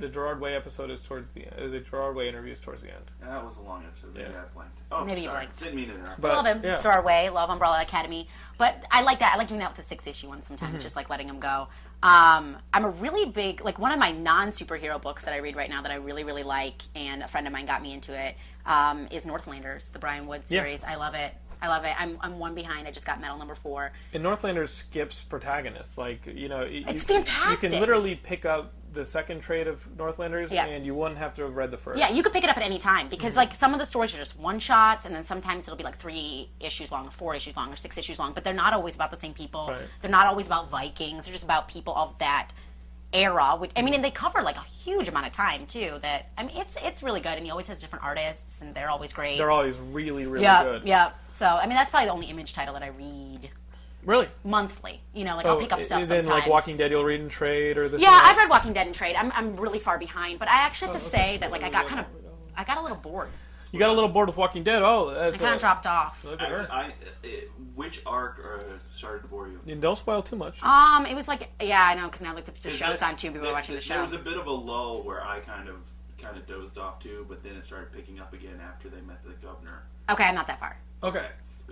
Speaker 1: the Gerard Way episode is towards the uh, the Gerard Way interview is towards the end.
Speaker 3: Yeah, That was a long episode. Maybe
Speaker 1: Yeah.
Speaker 3: I blanked. Oh,
Speaker 2: Maybe you
Speaker 3: sorry.
Speaker 2: blanked.
Speaker 3: Didn't mean to interrupt.
Speaker 1: But,
Speaker 2: love him.
Speaker 1: yeah.
Speaker 2: Throw our way. Love Umbrella Academy. But I like that. I like doing that with the six issue ones sometimes,
Speaker 1: Mm-hmm.
Speaker 2: just like letting them go. Um, I'm a really big like one of my non superhero books that I read right now that I really really like, and a friend of mine got me into it. Um, is Northlanders, the Brian Wood
Speaker 1: Yeah.
Speaker 2: series. I love it. I love it. I'm, I'm one behind. I just got medal number four.
Speaker 1: And Northlanders skips protagonists. Like you know,
Speaker 2: It's
Speaker 1: you, You
Speaker 2: fantastic.
Speaker 1: can literally pick up the second trade of Northlanders,
Speaker 2: Yeah.
Speaker 1: and you wouldn't have to have read the first.
Speaker 2: Yeah, you could pick it up at any time because
Speaker 1: Mm-hmm.
Speaker 2: like some of the stories are just one shots, and then sometimes it'll be like three issues long, or four issues long, or six issues long. But they're not always about the same people.
Speaker 1: Right.
Speaker 2: They're not always about Vikings. They're just about people of that era. Which, I mean, and they cover like a huge amount of time too. That I mean, it's it's really good, and he always has different artists, and they're always great.
Speaker 1: They're always really, really
Speaker 2: yeah,
Speaker 1: good.
Speaker 2: yeah. So I mean, that's probably the only image title that I read
Speaker 1: Really?
Speaker 2: monthly. You know, like I'll pick up stuff.
Speaker 1: Oh, is in like
Speaker 2: sometimes.
Speaker 1: Walking Dead you'll read in trade or Oh, this.
Speaker 2: Yeah,
Speaker 1: and that?
Speaker 2: I've read Walking Dead and Trade. I'm I'm really far behind, but I actually have to say that like I got kind of I got a little bored.
Speaker 1: You got a little bored with Walking Dead. Oh, that's
Speaker 2: I kind
Speaker 1: a-
Speaker 2: of dropped off.
Speaker 1: Look at her.
Speaker 3: I, I, it, which arc uh, started to bore you?
Speaker 1: And don't spoil too much.
Speaker 2: Um, it was like yeah, I know because now like the, the
Speaker 3: Is
Speaker 2: show's
Speaker 3: that-
Speaker 2: on too. We were
Speaker 3: there-
Speaker 2: watching the
Speaker 3: There
Speaker 2: show.
Speaker 3: was a bit of a lull where I kind of kind of dozed off too, but then it started picking up again after they met the governor.
Speaker 2: okay, I'm not that far.
Speaker 1: Okay.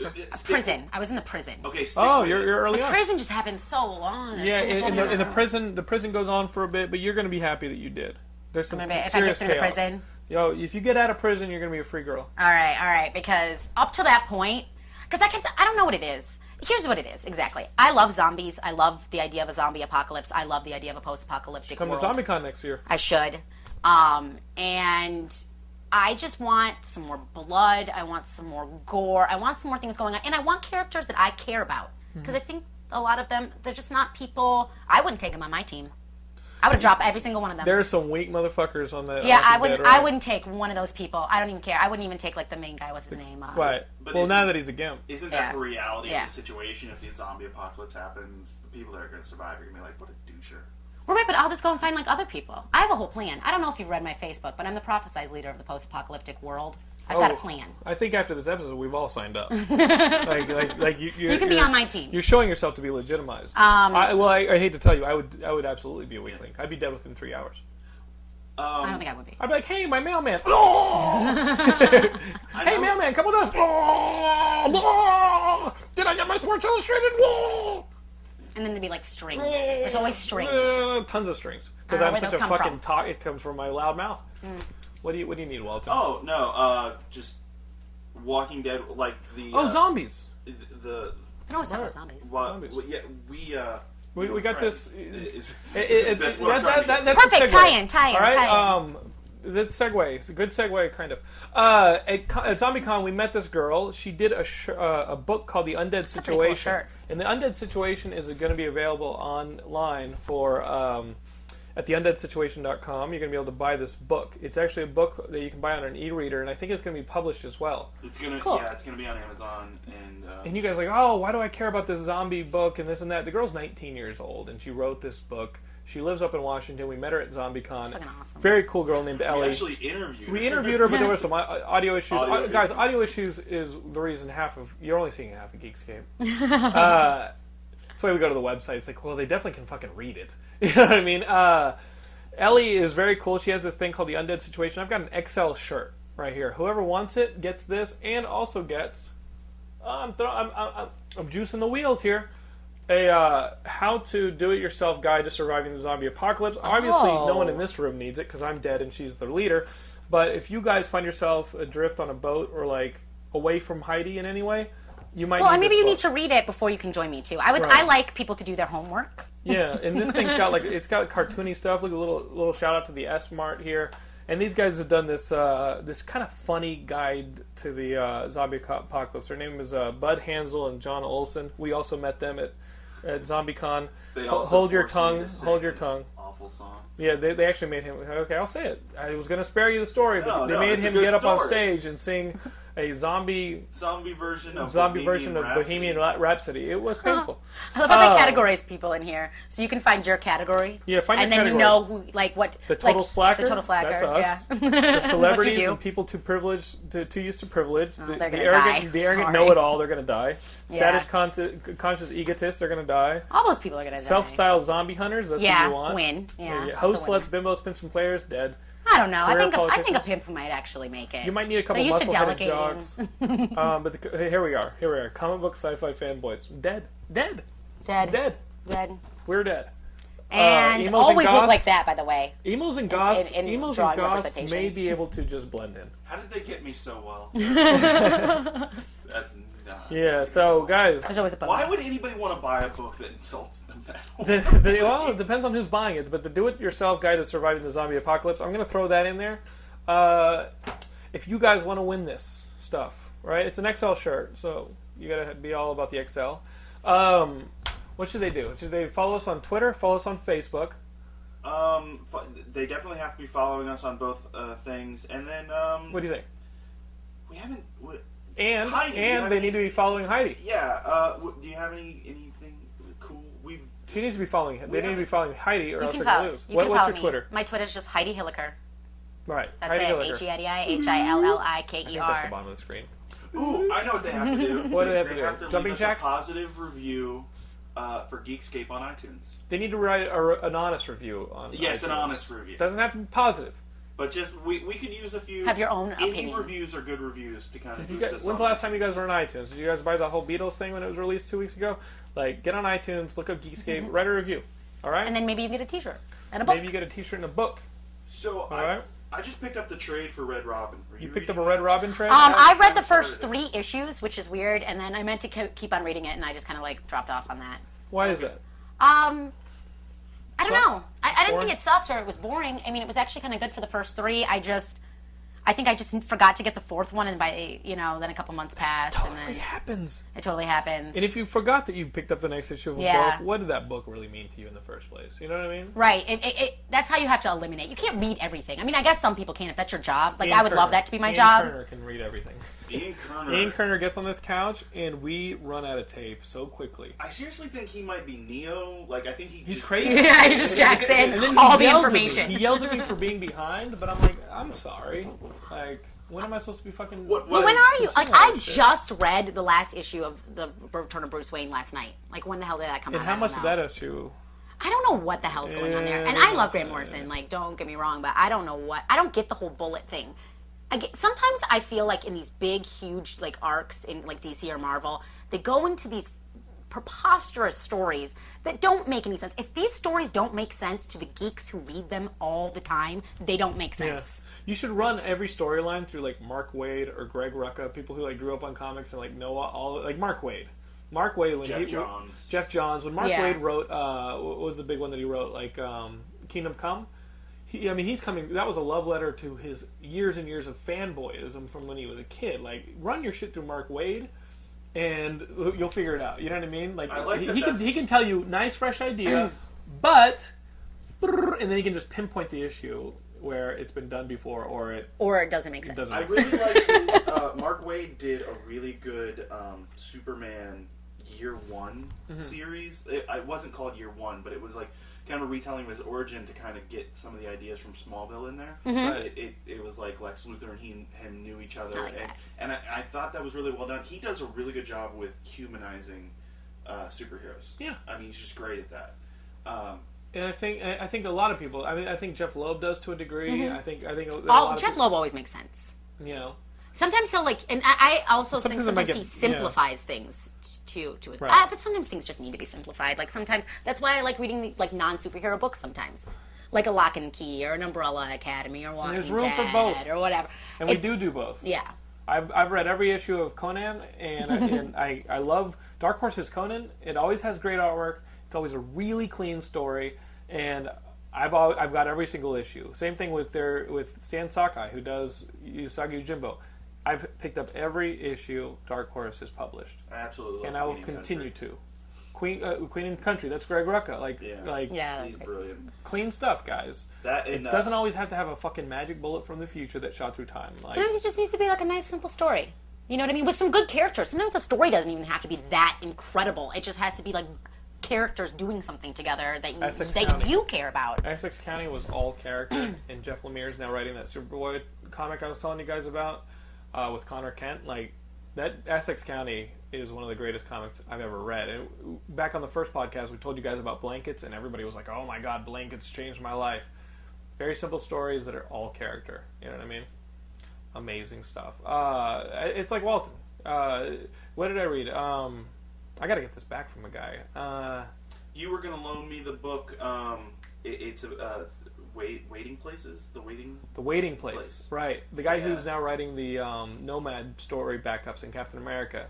Speaker 3: Uh, uh, stick-
Speaker 2: Prison. I was in the prison.
Speaker 3: Okay. Stick
Speaker 1: Oh,
Speaker 3: with
Speaker 1: you're,
Speaker 3: it.
Speaker 1: you're early
Speaker 2: The
Speaker 1: on.
Speaker 2: prison just happened so long. There's
Speaker 1: yeah,
Speaker 2: so much
Speaker 1: in, in
Speaker 2: going
Speaker 1: the, in the
Speaker 2: on.
Speaker 1: prison, the prison goes on for a bit, but you're going to be happy that you did. There's some
Speaker 2: I'm gonna be- If I get
Speaker 1: serious
Speaker 2: through the
Speaker 1: payoff.
Speaker 2: prison,
Speaker 1: Yo, if you get out of prison, you're going to be a free girl.
Speaker 2: all right, all right, because up to that point, because I kept, I don't know what it is. Here's what it is exactly. I love zombies. I love the idea of a zombie apocalypse. I love the idea of a post-apocalyptic
Speaker 1: Come
Speaker 2: world.
Speaker 1: to ZombieCon next year.
Speaker 2: I should. Um, and I just want some more blood. I want some more gore. I want some more things going on. And I want characters that I care about.
Speaker 1: Hmm.
Speaker 2: Because I think a lot of them, they're just not people. I wouldn't take them on my team. I would drop every single one of them.
Speaker 1: There are some weak motherfuckers on the.
Speaker 2: yeah,
Speaker 1: on the
Speaker 2: I wouldn't.
Speaker 1: bed, right?
Speaker 2: I wouldn't take one of those people. I don't even care. I wouldn't even take like the main guy. What's his name? Uh,
Speaker 1: Right.
Speaker 3: But
Speaker 1: well,
Speaker 3: is
Speaker 1: now
Speaker 3: it-
Speaker 1: that he's a gimp.
Speaker 3: Isn't
Speaker 2: Yeah.
Speaker 3: that the reality
Speaker 2: Yeah.
Speaker 3: of the situation? If the zombie apocalypse happens, the people that are going to survive are going to be like, "What a doucher."
Speaker 2: Well, right, but I'll just go and find like other people. I have a whole plan. I don't know if you've read my Facebook, but I'm the prophesized leader of the post-apocalyptic world. I've got a
Speaker 1: Oh,
Speaker 2: plan.
Speaker 1: I think after this episode, we've all signed up. like, like, like you, you're,
Speaker 2: You can be
Speaker 1: you're-
Speaker 2: on my team.
Speaker 1: You're showing yourself to be legitimized.
Speaker 2: Um,
Speaker 1: I, well, I, I hate to tell you, I would, I would absolutely be a weak link. I'd be dead within three hours.
Speaker 2: I don't think I would be.
Speaker 1: I'd be like, "Hey, my mailman! Oh!
Speaker 3: I
Speaker 1: hey,
Speaker 3: know-
Speaker 1: mailman, come with us! Oh! Oh! Did I get my Sports Illustrated? Oh!
Speaker 2: And then there'd be like strings. There's always strings.
Speaker 1: Uh, tons of strings because
Speaker 2: I
Speaker 1: I'm
Speaker 2: don't know
Speaker 1: such
Speaker 2: where
Speaker 1: a
Speaker 2: those come
Speaker 1: fucking
Speaker 2: from. Mm.
Speaker 1: talk. It comes from my loud mouth. What do you What do you need, Walter?
Speaker 3: Oh no! Uh, just Walking Dead, like the
Speaker 1: Oh,
Speaker 3: uh,
Speaker 1: zombies!
Speaker 3: the, the
Speaker 2: They're always talking about zombies.
Speaker 3: wa-
Speaker 1: Zombies.
Speaker 3: w- yeah, we uh,
Speaker 1: We- we got
Speaker 3: friends.
Speaker 1: this-
Speaker 3: It's-
Speaker 1: It- it-
Speaker 3: that's
Speaker 1: it-
Speaker 3: what
Speaker 1: that's-
Speaker 3: I'm trying to
Speaker 1: that-
Speaker 3: get
Speaker 1: that's
Speaker 3: to.
Speaker 1: a
Speaker 2: Perfect,
Speaker 1: segue.
Speaker 2: tie-in, tie-in,
Speaker 1: All right,
Speaker 2: tie-in.
Speaker 1: um, that segue. It's a good segue, kind of. Uh, at, Co- at ZombieCon, we met this girl. She did a sh- uh, a book called The Undead
Speaker 2: a pretty cool
Speaker 1: Situation,
Speaker 2: shirt.
Speaker 1: and The Undead Situation is going to be available online for. Um, at theundeadsituation.com. You're going to be able to buy this book. It's actually a book that you can buy on an e-reader, and I think it's going to be published as well.
Speaker 3: It's gonna
Speaker 2: Cool.
Speaker 3: yeah, it's gonna be on Amazon and, uh,
Speaker 1: And you guys are like, oh, why do I care about this zombie book and this and that? The girl's 19 years old, and she wrote this book. She lives up in Washington. We met her at ZombieCon.
Speaker 2: fucking awesome.
Speaker 1: Very cool girl named
Speaker 3: we
Speaker 1: Ellie.
Speaker 3: actually interviewed.
Speaker 1: We interviewed her, but there were some au- uh, audio issues.
Speaker 3: Audio
Speaker 1: Au-
Speaker 3: issues.
Speaker 1: guys, audio issues is the reason half of you're only seeing half of Geekscape. uh, that's why we go to the website. It's like, well, they definitely can fucking read it. You know what I mean? Uh, Ellie is very cool. She has this thing called the Undead Situation. I've got an XL shirt right here. Whoever wants it gets this, and also gets. I'm, throw, I'm, I'm, I'm- I'm juicing the wheels here. A uh, how to do it yourself guide to surviving the zombie apocalypse. Obviously, no
Speaker 2: Oh.
Speaker 1: one in this room needs it because I'm dead and she's the leader. But if you guys find yourself adrift on a boat or like away from Heidi in any way, you might.
Speaker 2: Well,
Speaker 1: need
Speaker 2: and maybe
Speaker 1: this
Speaker 2: you
Speaker 1: book.
Speaker 2: need to read it before you can join me too. I would.
Speaker 1: Right.
Speaker 2: I like people to do their homework.
Speaker 1: Yeah, and this thing's got like it's got cartoony stuff. Look, a little little shout out to the S Mart here, and these guys have done this uh, this kind of funny guide to the uh, zombie co- apocalypse. Their name is uh, Bud Hansel and John Olson. We also met them at at ZombieCon.
Speaker 3: They
Speaker 1: Ho-
Speaker 3: also
Speaker 1: hold your
Speaker 3: forced me to
Speaker 1: tongue,
Speaker 3: sing
Speaker 1: hold your
Speaker 3: an
Speaker 1: tongue.
Speaker 3: Awful song.
Speaker 1: Yeah, they, they actually made him. Okay, I'll say it. I was going to spare you the story, but
Speaker 3: No,
Speaker 1: they
Speaker 3: no,
Speaker 1: made
Speaker 3: it's a
Speaker 1: him
Speaker 3: good
Speaker 1: get up on
Speaker 3: story.
Speaker 1: stage and sing a zombie
Speaker 3: Zombie version of
Speaker 1: zombie
Speaker 3: Bohemian
Speaker 1: version of
Speaker 3: Rhapsody.
Speaker 1: Bohemian Ra- Rhapsody. It was painful.
Speaker 2: I love how
Speaker 1: Oh.
Speaker 2: they categorize people in here, so you can find your category.
Speaker 1: Yeah, find
Speaker 2: and
Speaker 1: your
Speaker 2: then you know who, like what
Speaker 1: The total
Speaker 2: like,
Speaker 1: slacker.
Speaker 2: The total slacker.
Speaker 1: That's us.
Speaker 2: Yeah.
Speaker 1: The
Speaker 2: That's what you
Speaker 1: celebrities
Speaker 2: do. Oh,
Speaker 1: and people too privileged, to, too used to privilege. the, the
Speaker 2: they're gonna
Speaker 1: arrogant,
Speaker 2: die.
Speaker 1: the arrogant
Speaker 2: Sorry.
Speaker 1: know-it-all. They're gonna die.
Speaker 2: Yeah.
Speaker 1: Status con- conscious egotists. They're gonna die.
Speaker 2: All those people are gonna die.
Speaker 1: Self-styled zombie hunters. That's
Speaker 2: Yeah,
Speaker 1: what you want.
Speaker 2: win. Yeah, that's a
Speaker 1: Host
Speaker 2: winner.
Speaker 1: lets bimbo spin some players dead.
Speaker 2: I don't know. I
Speaker 1: career
Speaker 2: think a, I think a
Speaker 1: politicians.
Speaker 2: pimp might actually make it.
Speaker 1: You might need a couple
Speaker 2: They're used to
Speaker 1: muscle-headed
Speaker 2: delegating.
Speaker 1: jocks. um, but the, here we are. Here we are. Comic book sci-fi fanboys. Dead. Dead.
Speaker 2: Dead.
Speaker 1: Dead.
Speaker 2: Dead.
Speaker 1: We're dead.
Speaker 2: And
Speaker 1: emos and
Speaker 2: always look
Speaker 1: goths.
Speaker 2: like that, by the way.
Speaker 1: Emos and goths.
Speaker 2: in- in
Speaker 1: emos and
Speaker 2: drawing
Speaker 1: goths may
Speaker 2: representations.
Speaker 1: be able to just blend in.
Speaker 3: How did they get me so well? That's not.
Speaker 1: Yeah. So guys,
Speaker 2: There's always a bug.
Speaker 3: Why would anybody want to buy a book that insults them that way?
Speaker 1: the, the- well, it depends on who's buying it, but the do-it-yourself guide to surviving the zombie apocalypse. I'm going to throw that in there. Uh, if you guys want to win this stuff, right? It's an XL shirt, so you got to be all about the XL. Um, what should they do? Should they follow us on Twitter? Follow us on Facebook?
Speaker 3: Um, fo- they definitely have to be following us on both uh, things, and then um,
Speaker 1: What do you think?
Speaker 3: we haven't. We,
Speaker 1: And
Speaker 3: Heidi,
Speaker 1: and
Speaker 3: I
Speaker 1: they
Speaker 3: mean-
Speaker 1: need to be following Heidi.
Speaker 3: yeah. Uh, w- do you have any anything cool? We've
Speaker 1: She needs to be following. They
Speaker 3: We
Speaker 1: need to
Speaker 3: have-
Speaker 1: be following Heidi, or
Speaker 2: You
Speaker 1: else they're
Speaker 2: can
Speaker 1: going
Speaker 2: follow.
Speaker 1: to lose.
Speaker 2: You
Speaker 1: What-
Speaker 2: can
Speaker 1: what's
Speaker 2: follow
Speaker 1: your
Speaker 2: me.
Speaker 1: Twitter?
Speaker 2: My Twitter's just Heidi Hilliker.
Speaker 1: Right,
Speaker 2: That's
Speaker 1: Heidi
Speaker 2: it. H
Speaker 1: Hilliker.
Speaker 2: e i d i h i l l i k e
Speaker 1: That's the
Speaker 2: r.
Speaker 1: bottom of the screen.
Speaker 3: Ooh, I know what they have to do.
Speaker 1: What do they have to do?
Speaker 3: leave
Speaker 1: Jumping
Speaker 3: us
Speaker 1: jacks?
Speaker 3: A positive review uh, for Geekscape on iTunes.
Speaker 1: They need to write a, an honest review on.
Speaker 3: Yes, an
Speaker 1: iTunes.
Speaker 3: honest review.
Speaker 1: Doesn't have to be positive.
Speaker 3: But just we, we could use a few.
Speaker 2: Have your own
Speaker 3: indie
Speaker 2: opinion.
Speaker 3: reviews are good reviews to kind of.
Speaker 1: You
Speaker 3: boost
Speaker 1: guys-
Speaker 3: us
Speaker 1: when's
Speaker 3: up.
Speaker 1: the last time you guys were on iTunes? Did you guys buy the whole Beatles thing when it was released two weeks ago? Like, get on iTunes, look up Geekscape, write a review. All right.
Speaker 2: Mm-hmm. And then maybe you get a T-shirt and a book.
Speaker 1: Maybe you get a T-shirt and a book.
Speaker 3: So I,
Speaker 1: Alright.
Speaker 3: I just picked up the trade for Red Robin. Were
Speaker 1: You
Speaker 3: you,
Speaker 1: picked up a
Speaker 3: reading
Speaker 1: Red
Speaker 3: that?
Speaker 1: Robin trade.
Speaker 2: Um, I read
Speaker 3: I'm
Speaker 2: the first
Speaker 3: sorry.
Speaker 2: three issues, which is weird, and then I meant to ke- keep on reading it, and I just kind of like dropped off on that.
Speaker 1: Why is that?
Speaker 2: Um, I don't
Speaker 1: Suck?
Speaker 2: know. I, I didn't
Speaker 1: Boring?
Speaker 2: think it sucked or it was boring. I mean, it was actually kind of good for the first three. I just, I think I just forgot to get the fourth one, and by you know, then a couple months passed, and
Speaker 1: It
Speaker 2: then
Speaker 1: happens.
Speaker 2: it totally happens.
Speaker 1: And if you forgot that you picked up the next issue of a
Speaker 2: Yeah.
Speaker 1: book, what did that book really mean to you in the first place? You know what I mean?
Speaker 2: Right. It, it, it, that's how you have to eliminate. You can't read everything. I mean, I guess some people can if that's your job. Like,
Speaker 1: Ian
Speaker 2: I would love
Speaker 1: Kerner.
Speaker 2: that to be my
Speaker 1: Ian
Speaker 2: job.
Speaker 1: Kerner can read everything.
Speaker 3: Ian Kerner.
Speaker 1: Ian Kerner gets on this couch, and we run out of tape so quickly.
Speaker 3: I seriously think he might be Neo. Like I think he
Speaker 1: He's
Speaker 3: just-
Speaker 1: crazy.
Speaker 2: Yeah, he just jacks
Speaker 1: And then
Speaker 2: in
Speaker 1: he
Speaker 2: all the
Speaker 1: yells at me.
Speaker 2: information.
Speaker 1: He yells at me for being behind, but I'm like, I'm sorry. Like, when am I supposed to be fucking?
Speaker 3: What-
Speaker 2: But
Speaker 3: what-
Speaker 2: when are you?
Speaker 1: Consumer
Speaker 2: Like, I
Speaker 1: shit.
Speaker 2: just read the last issue of the Return of Bruce Wayne last night. Like, when the hell did that come
Speaker 1: And
Speaker 2: out?
Speaker 1: how
Speaker 2: I
Speaker 1: much
Speaker 2: don't
Speaker 1: of
Speaker 2: know.
Speaker 1: that issue?
Speaker 2: I don't know what the hell's going on there. And
Speaker 1: Yeah,
Speaker 2: I love Grant
Speaker 1: yeah.
Speaker 2: Morrison. Like, don't get me wrong, but I don't know what. I don't get the whole bullet thing. I get, sometimes I feel like in these big, huge like arcs in like DC or Marvel, they go into these preposterous stories that don't make any sense. If these stories don't make sense to the geeks who read them all the time, they don't make sense.
Speaker 1: You should run every storyline through like Mark Wade or Greg Rucka, people who like grew up on comics and like know all like Mark Wade. Mark Wade when
Speaker 3: Jeff
Speaker 1: he
Speaker 3: Johns.
Speaker 1: Jeff Johns when Mark
Speaker 2: Yeah.
Speaker 1: Wade wrote uh what was the big one that he wrote like um Kingdom Come? He, I mean, he's coming. That was a love letter to his years and years of fanboyism from when he was a kid. Like, run your shit through Mark Wade, and you'll figure it out. You know what I mean? Like,
Speaker 3: I like
Speaker 1: he,
Speaker 3: that
Speaker 1: he can
Speaker 3: that's-
Speaker 1: he can tell you nice fresh idea, but brrr, and then you can just pinpoint the issue where it's been done before or it
Speaker 2: or it doesn't make sense.
Speaker 1: doesn't
Speaker 3: I really like the, uh, Mark Wade did a really good um, Superman Year One
Speaker 1: Mm-hmm.
Speaker 3: series. It, it wasn't called Year One, but it was like kind of a retelling of his origin to kind of get some of the ideas from Smallville in there.
Speaker 1: Right.
Speaker 3: It, it, it was like Lex Luthor and he and him knew each other,
Speaker 2: I like
Speaker 3: and,
Speaker 2: that.
Speaker 3: and I, I thought that was really well done. He does a really good job with humanizing uh, superheroes.
Speaker 1: Yeah.
Speaker 3: I mean he's just great at that. Um,
Speaker 1: and I think I I think a lot of people. I mean, I think Jeff Loeb does to a degree. I think I think a, a lot
Speaker 2: Mm-hmm. All
Speaker 1: of
Speaker 2: Jeff
Speaker 1: people,
Speaker 2: Loeb always makes sense.
Speaker 1: You know,
Speaker 2: Sometimes he'll like, and I, I also
Speaker 1: Sometimes it
Speaker 2: think
Speaker 1: might
Speaker 2: sometimes he
Speaker 1: get- yeah.
Speaker 2: simplifies things to to it.
Speaker 1: Right.
Speaker 2: Ah, but sometimes things just need to be simplified. Like sometimes that's why I like reading the, like non superhero books sometimes, like a Lock and Key or an Umbrella Academy or Walking
Speaker 1: there's room for
Speaker 2: Dead
Speaker 1: both.
Speaker 2: or whatever.
Speaker 1: and we
Speaker 2: It-
Speaker 1: do do both.
Speaker 2: yeah.
Speaker 1: I've, I've read every issue of Conan, and, I, and I, I love Dark Horse's Conan. It always has great artwork. It's always a really clean story, and I've al I've got every single issue. Same thing with their with Stan Sakai, who does Usagi Jimbo. I've picked up every issue Dark Horse has published,
Speaker 3: I absolutely love
Speaker 1: and I will
Speaker 3: Queen and
Speaker 1: continue
Speaker 3: Country.
Speaker 1: to. Queen uh, Queen and Country. That's Greg Rucka. Like
Speaker 3: Yeah.
Speaker 1: like
Speaker 2: Yeah. that's
Speaker 3: He's
Speaker 2: great.
Speaker 3: brilliant.
Speaker 1: clean stuff, guys.
Speaker 3: That
Speaker 1: It
Speaker 3: and, uh,
Speaker 1: doesn't always have to have a fucking magic bullet from the future that shot through time. Like,
Speaker 2: Sometimes it just needs to be like a nice, simple story. You know what I mean? With some good characters. Sometimes the story doesn't even have to be that incredible. It just has to be like characters doing something together that you,
Speaker 1: Essex
Speaker 2: that
Speaker 1: County.
Speaker 2: you care about.
Speaker 1: Essex County was all character, and Jeff Lemire is now writing that Superboy comic I was telling you guys about uh, with Connor Kent. Like that Essex County is one of the greatest comics I've ever read. And back on the first podcast, we told you guys about blankets, and everybody was like, "Oh my god, blankets changed my life." Very simple stories that are all character. You know what I mean? Amazing stuff. Uh, it's like Walton. Uh, what did I read? Um, I got to get this back from a guy. Uh,
Speaker 3: You were going to loan me the book. Um, it, it's a uh, wait, waiting places. The waiting.
Speaker 1: The Waiting Place.
Speaker 3: Place.
Speaker 1: Right. The guy
Speaker 3: Yeah.
Speaker 1: who's now writing the um, Nomad story backups in Captain America.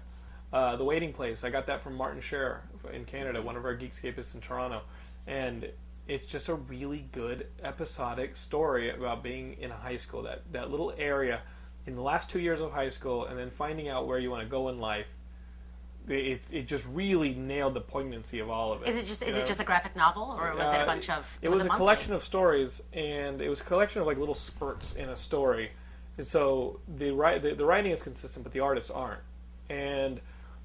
Speaker 1: Uh, the Waiting Place. I got that from Martin Scherer in Canada, one of our Geekscapists in Toronto. And it's just a really good episodic story about being in high school, that, that little area in the last two years of high school, and then finding out where you want to go in life. It, it just really nailed the poignancy of all of it.
Speaker 2: Is it just is
Speaker 1: you know?
Speaker 2: it just a graphic novel, or was it a
Speaker 1: Uh,
Speaker 2: bunch of?
Speaker 1: It was, a
Speaker 2: monthly?
Speaker 1: collection of stories, and it was a collection of like little spurts in a story. And so the ri- the, the writing is consistent, but the artists aren't. And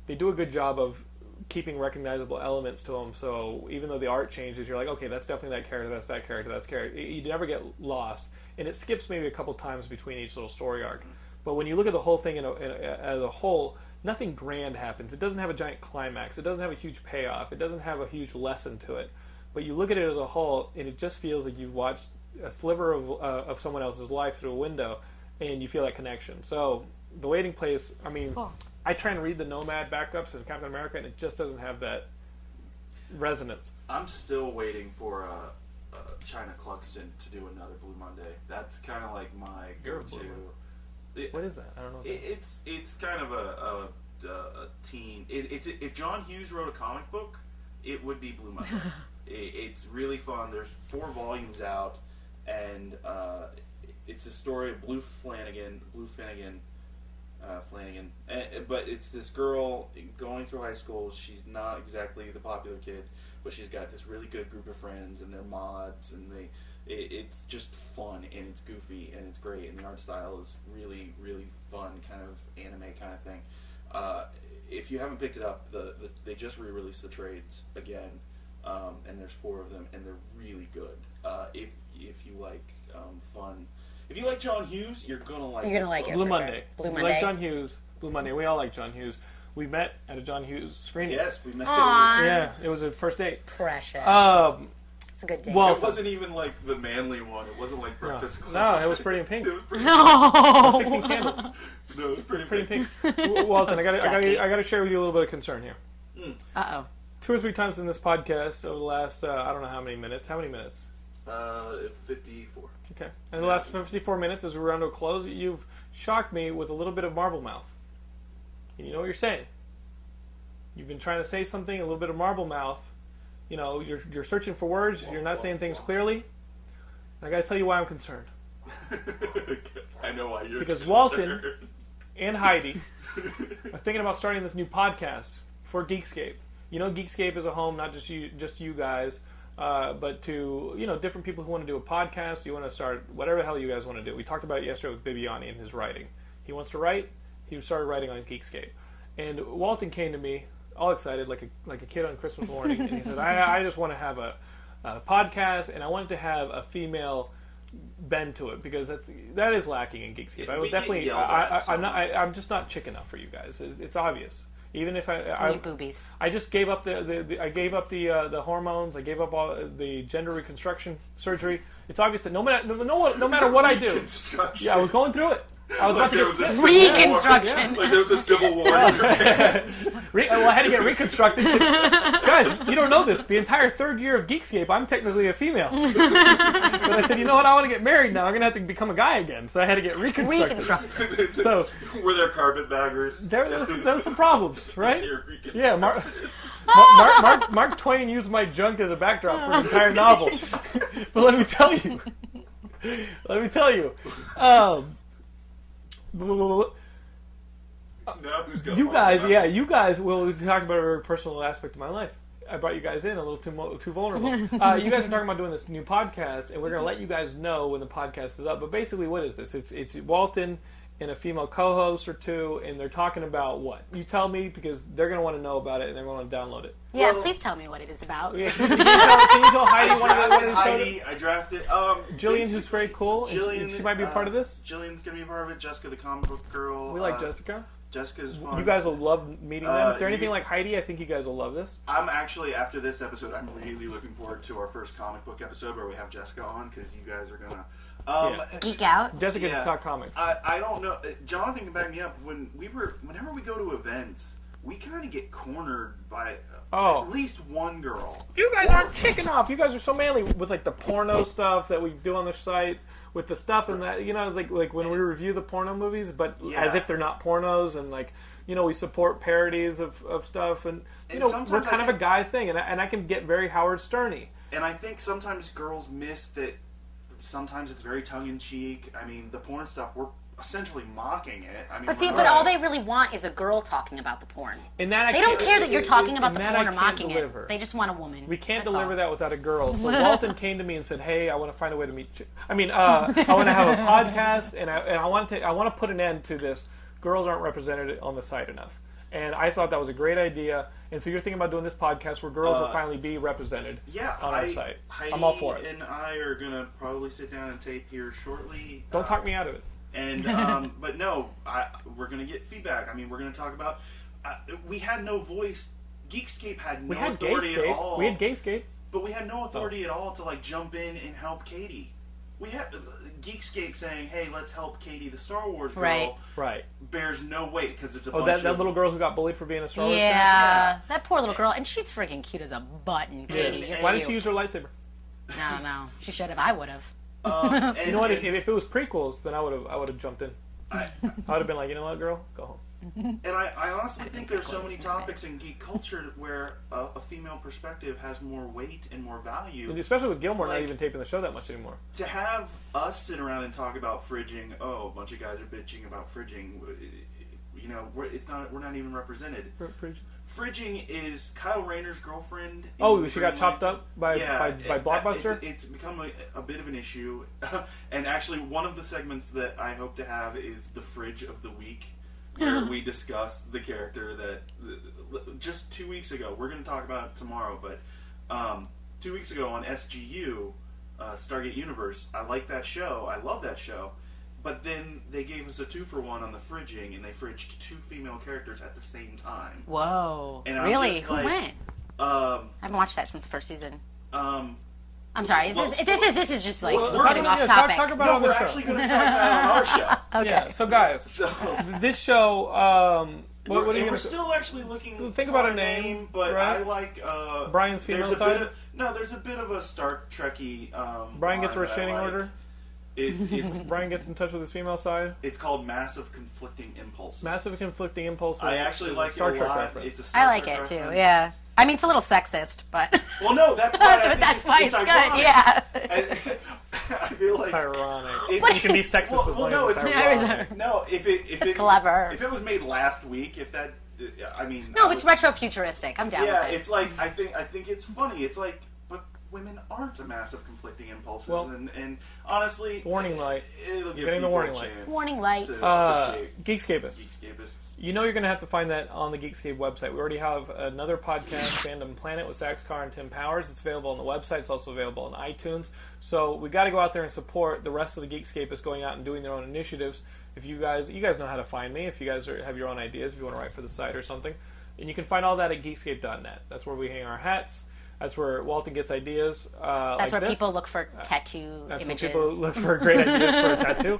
Speaker 1: they do a good job of keeping recognizable elements to them. So even though the art changes, you're like, okay, that's definitely that character, that's that character, that's character. Y- You never get lost, and it skips maybe a couple times between each little story arc. But when you look at the whole thing in a, in a, as a whole, nothing grand happens. It doesn't have a giant climax. It doesn't have a huge payoff. It doesn't have a huge lesson to it. But you look at it as a whole, and it just feels like you've watched a sliver of, uh, of someone else's life through a window, and you feel that connection. So, The Waiting Place, I mean,
Speaker 2: Cool.
Speaker 1: I try and read the Nomad backups and Captain America, and it just doesn't have that resonance.
Speaker 3: I'm still waiting for uh, uh, China Cluxton to do another Blue Monday. That's kind of like my
Speaker 1: You're a
Speaker 3: go-to.
Speaker 1: Blue Monday.
Speaker 3: It-
Speaker 1: What is that? I don't know. What that
Speaker 3: it- it's it's kind of a, a, a teen. It, it's if John Hughes wrote a comic book, it would be Blue Monday. it, it's really fun. There's four volumes out, and uh, it's a story of Blue Flanagan. Blue Finnegan. Uh, Flanagan, Eh, eh, but it's this girl going through high school. She's not exactly the popular kid, but she's got this really good group of friends, and they're mods, and they. It, it's just fun, and it's goofy, and it's great, and the art style is really, really fun, kind of anime kind of thing. Uh, if you haven't picked it up, the, the they just re-released the trades again, um, and there's four of them, and they're really good. Uh, if if you like um, fun, if you like John Hughes, you're gonna like.
Speaker 2: You're gonna
Speaker 3: this
Speaker 2: like
Speaker 3: book.
Speaker 2: it.
Speaker 1: Blue
Speaker 2: for sure.
Speaker 1: Monday.
Speaker 2: Blue
Speaker 1: We
Speaker 2: Monday.
Speaker 1: Like John Hughes. Blue Monday. We all like John Hughes. We met at a John Hughes screening.
Speaker 3: Yes, we met.
Speaker 2: Aw.
Speaker 1: Yeah, it was a first date.
Speaker 2: Precious.
Speaker 1: Um,
Speaker 2: it's a good day.
Speaker 1: well-
Speaker 3: It wasn't even like the manly one. It wasn't like
Speaker 1: no,
Speaker 3: Breakfast Club.
Speaker 1: no, it was pretty in pink.
Speaker 3: It was pretty,
Speaker 2: no.
Speaker 1: 16 candles.
Speaker 3: no, it was pretty,
Speaker 1: Pretty
Speaker 3: pink.
Speaker 1: in pink. W- Walton, I got I
Speaker 2: Ducky.
Speaker 1: gotta, I gotta share with you a little bit of concern here.
Speaker 2: Uh oh.
Speaker 1: Two or three times in this podcast over the last, uh, I don't know how many minutes. How many minutes?
Speaker 3: Uh, fifty-four.
Speaker 1: Okay. In the last 54 minutes, as we round to a close, you've shocked me with a little bit of marble mouth. And you know what you're saying. You've been trying to say something, a little bit of marble mouth. You know, you're, you're searching for words, you're not saying things clearly. I gotta tell you why I'm concerned.
Speaker 3: I know why you're
Speaker 1: Because
Speaker 3: concerned.
Speaker 1: and Heidi are thinking about starting this new podcast for Geekscape. You know, Geekscape is a home not just you, just you guys. uh, but to you know different people who want to do a podcast, you want to start whatever the hell you guys want to do. We talked about it yesterday with Bibiani and his writing. He wants to write. He started writing on Geekscape, and Walton came to me all excited like a like a kid on Christmas morning, and he said, "I, I just want to have a, a podcast, and I wanted to have a female." bend to it because that's that is lacking in Geekscape.
Speaker 3: Yeah,
Speaker 1: I
Speaker 3: we
Speaker 1: would
Speaker 3: get
Speaker 1: definitely.
Speaker 3: yelled
Speaker 1: I, I,
Speaker 3: at so
Speaker 1: I'm not. I, I'm just not chick enough for you guys. It, it's obvious. Even if I, I
Speaker 2: New boobies.
Speaker 1: I just gave up the, the, the I gave up the uh, the hormones. I gave up all the gender reconstruction surgery. It's obvious that no matter no, no, no matter what I do,
Speaker 3: Reconstruction.
Speaker 1: yeah, I was going through it. I was about
Speaker 3: Like
Speaker 1: to
Speaker 3: there
Speaker 1: get
Speaker 3: was a
Speaker 1: smitten.
Speaker 2: Reconstruction.
Speaker 3: civil war. Like there was a civil war. in your
Speaker 1: Re- well, I had to get reconstructed. Guys, you don't know this. The entire third year of Geekscape, I'm technically a female. but I said, you know what? I want to get married now. I'm gonna have to become a guy again. So I had to get reconstructed.
Speaker 2: Reconstruct.
Speaker 1: So
Speaker 3: Were there carpetbaggers?
Speaker 1: there, there, was, there was some problems, right?
Speaker 3: You're Reconstruction.
Speaker 1: Yeah, Mark, Mark, Mark, Mark Twain used my junk as a backdrop for an entire novel. but let me tell you, let me tell you, um,
Speaker 3: Now who's gonna
Speaker 1: you
Speaker 3: find
Speaker 1: guys,
Speaker 3: out?
Speaker 1: yeah, you guys. Well, we talked about a very personal aspect of my life. I brought you guys in a little too mo- too vulnerable. uh, you guys are talking about doing this new podcast, and we're going to let you guys know when the podcast is up. But basically, what is this? It's it's Walton and a female co-host or two, and they're talking about what? You tell me because they're going to want to know about it and they're going to download it.
Speaker 2: Yeah,
Speaker 3: Well-
Speaker 2: please tell me what it is about.
Speaker 1: Yeah, can, you tell, can you tell Heidi one of the- one of
Speaker 3: drafted
Speaker 1: these
Speaker 3: Heidi. I drafted um,
Speaker 1: Jillian,
Speaker 3: basically-
Speaker 1: who's very cool. and she-
Speaker 3: Jillian,
Speaker 1: and she might be a part of
Speaker 3: uh,
Speaker 1: this.
Speaker 3: Jillian's gonna be a part of it. Jessica, the comic book girl.
Speaker 1: We like
Speaker 3: uh,
Speaker 1: Jessica.
Speaker 3: Jessica's fun.
Speaker 1: You guys will love meeting them.
Speaker 3: uh,
Speaker 1: if they're anything
Speaker 3: you-
Speaker 1: like Heidi, I think you guys will love this.
Speaker 3: I'm actually after this episode, I'm really looking forward to our first comic book episode where we have Jessica on because you guys are gonna. Um,
Speaker 1: Yeah.
Speaker 2: Geek out.
Speaker 1: Jessica
Speaker 3: Yeah.
Speaker 1: can talk comics.
Speaker 3: I, I don't know. uh, Jonathan can back me up. When we were, whenever we go to events, we kind of get cornered by uh,
Speaker 1: Oh.
Speaker 3: at least one girl.
Speaker 1: You guys aren't chicken off. You guys are so manly with like the porno stuff that we do on the site, with the stuff and that you know, like like when we review the porno movies, but
Speaker 3: Yeah.
Speaker 1: as if they're not pornos, and like you know, we support parodies of, of stuff, and you
Speaker 3: And
Speaker 1: know, we're
Speaker 3: sometimes I
Speaker 1: kind of a
Speaker 3: think-
Speaker 1: guy thing, and I, and I can get very Howard Sterny.
Speaker 3: And I think sometimes girls miss that. Sometimes it's very tongue in cheek. I mean, the porn stuff we're essentially mocking it. I mean,
Speaker 2: But see,
Speaker 3: we're
Speaker 2: but
Speaker 3: not-
Speaker 2: all they really want is a girl talking about the porn.
Speaker 1: And that I
Speaker 2: They don't
Speaker 1: can't-
Speaker 2: care that you're talking about
Speaker 1: and
Speaker 2: the
Speaker 1: that
Speaker 2: porn
Speaker 1: I
Speaker 2: or
Speaker 1: can't
Speaker 2: mocking
Speaker 1: deliver.
Speaker 2: it. They just want a woman.
Speaker 1: We can't
Speaker 2: That's
Speaker 1: deliver
Speaker 2: all.
Speaker 1: that without a girl. So Walton came to me and said, "Hey, I want to find a way to meet. Ch- I mean, uh, I want to have a podcast, and I and I want to I want to put an end to this. Girls aren't represented on the site enough." And I thought that was a great idea. And so you're thinking about doing this podcast where girls will finally be represented
Speaker 3: Uh, yeah,
Speaker 1: on
Speaker 3: I,
Speaker 1: our site.
Speaker 3: Heidi
Speaker 1: I'm all for it.
Speaker 3: And I are gonna probably sit down and tape here shortly.
Speaker 1: Don't
Speaker 3: Uh,
Speaker 1: talk me out of it.
Speaker 3: And um, but no, I, we're gonna get feedback. I mean, we're gonna talk about. Uh, we had no voice. Geekscape had no
Speaker 1: We had
Speaker 3: authority at
Speaker 1: Gayscape.
Speaker 3: all.
Speaker 1: We had Oh. Gayscape.
Speaker 3: but we had no authority at all to like jump in and help Katie. We had uh, Geekscape saying, "Hey, let's help Katie, the Star Wars girl."
Speaker 2: Right.
Speaker 1: Right.
Speaker 3: Bears no weight because it's a
Speaker 1: Oh,
Speaker 3: bunch
Speaker 1: that, that
Speaker 3: of
Speaker 1: little girl who got bullied for being a Star Wars fan?
Speaker 2: Yeah, that poor little girl, and she's freaking cute as a button, Katie. You're
Speaker 1: Why didn't
Speaker 2: cute.
Speaker 1: she use her lightsaber?
Speaker 2: I don't know. She should have. I would have.
Speaker 3: Um, and,
Speaker 1: You know what? If,
Speaker 3: and-
Speaker 1: if it was prequels, then I would have I would have jumped in.
Speaker 3: I-
Speaker 1: I would have been like, you know what, girl, go home.
Speaker 3: And I, I honestly think, there's so
Speaker 2: that
Speaker 3: many
Speaker 2: was not
Speaker 3: topics in geek culture where a, a female perspective has more weight and more value.
Speaker 1: Especially with Gilmore not
Speaker 3: Like-
Speaker 1: even taping the show that much anymore.
Speaker 3: To have us sit around and talk about fridging, oh, a bunch of guys are bitching about fridging. You know, we're, it's not we're not even represented. Fridging is Kyle Rayner's girlfriend. in
Speaker 1: Oh, she got
Speaker 3: Greenlight.
Speaker 1: chopped up by by, by
Speaker 3: it-
Speaker 1: Blockbuster.
Speaker 3: It's, it's become a, a bit of an issue, and actually, one of the segments that I hope to have is the fridge of the week, where we discuss the character that just two weeks ago. We're going to talk about it tomorrow, but um, two weeks ago on SGU, uh, Stargate Universe. I like that show. I love that show. But then they gave us a two for one on the fridging, and they fridged two female characters at the same time.
Speaker 2: Whoa.
Speaker 3: And I'm
Speaker 2: really?
Speaker 3: just
Speaker 2: Who
Speaker 3: like-
Speaker 2: went?
Speaker 3: Um,
Speaker 2: I haven't watched that since the first season.
Speaker 3: um,
Speaker 2: I'm sorry. Is
Speaker 3: Well,
Speaker 2: this, this is this is just like
Speaker 1: Well,
Speaker 2: running
Speaker 1: yeah,
Speaker 2: off
Speaker 1: talk-
Speaker 2: topic.
Speaker 1: talk about-
Speaker 3: no,
Speaker 1: on the
Speaker 3: we're
Speaker 1: show.
Speaker 3: actually going to talk about it on our show.
Speaker 2: okay.
Speaker 1: Yeah. So guys,
Speaker 3: So.
Speaker 1: this show. Um, what,
Speaker 3: We're,
Speaker 1: what are you
Speaker 3: and
Speaker 1: gonna
Speaker 3: we're still actually looking.
Speaker 1: Think
Speaker 3: for
Speaker 1: about a name,
Speaker 3: but
Speaker 1: right?
Speaker 3: I like uh,
Speaker 1: Brian's
Speaker 3: there's
Speaker 1: female
Speaker 3: a bit
Speaker 1: side?
Speaker 3: of- no, there's a bit of a Star Trekky. Um,
Speaker 1: Brian gets a
Speaker 3: line that I
Speaker 1: restraining
Speaker 3: like.
Speaker 1: order.
Speaker 3: It's it's,
Speaker 1: Brian gets in touch with his female side.
Speaker 3: it's called massive conflicting impulses.
Speaker 1: Massive conflicting impulses.
Speaker 3: I actually
Speaker 1: is a
Speaker 3: like
Speaker 1: Star
Speaker 3: it a
Speaker 1: Trek
Speaker 3: lot.
Speaker 1: reference.
Speaker 3: It's a Star
Speaker 2: I like
Speaker 3: Trek
Speaker 2: it too.
Speaker 3: reference.
Speaker 2: Yeah. I mean, it's a little sexist, but
Speaker 3: Well, no, that's why I think
Speaker 2: that's why it's, good.
Speaker 3: ironic.
Speaker 2: Yeah.
Speaker 3: I, I feel like
Speaker 1: It's ironic.
Speaker 3: It-
Speaker 1: you can be sexist
Speaker 3: Well-
Speaker 1: as
Speaker 3: well,
Speaker 1: long
Speaker 3: no,
Speaker 1: as it's
Speaker 2: it's-
Speaker 1: ironic.
Speaker 2: Yeah,
Speaker 3: no, if it if it
Speaker 2: clever.
Speaker 3: if it was made last week, if that I mean I
Speaker 2: No, it's
Speaker 3: would-
Speaker 2: retro futuristic. I'm down
Speaker 3: Yeah,
Speaker 2: with it.
Speaker 3: it's like I think I think it's funny. It's like, but women aren't a mass of conflicting impulses,
Speaker 1: Well-
Speaker 3: and, and honestly,
Speaker 1: Warning light.
Speaker 3: It'll give
Speaker 1: getting the
Speaker 3: people
Speaker 1: warning
Speaker 3: a
Speaker 1: light.
Speaker 3: chance
Speaker 2: Warning light.
Speaker 3: to
Speaker 1: Uh,
Speaker 3: appreciate
Speaker 1: Geekscapists.
Speaker 3: Escapists.
Speaker 1: You know you're going to have to find that on the Geekscape website. We already have another podcast, Fandom Planet, with Zach Carr and Tim Powers. It's available on the website. It's also available on iTunes. So we got to go out there and support the rest of the Geekscape is going out and doing their own initiatives. If you guys, you guys know how to find me. If you guys are, have your own ideas, if you want to write for the site or something, and you can find all that at Geekscape.net. That's where we hang our hats. That's where Walton gets ideas. Uh,
Speaker 2: That's
Speaker 1: like
Speaker 2: where
Speaker 1: this.
Speaker 2: people look for tattoo
Speaker 1: That's when
Speaker 2: images.
Speaker 1: people look for great ideas for a tattoo.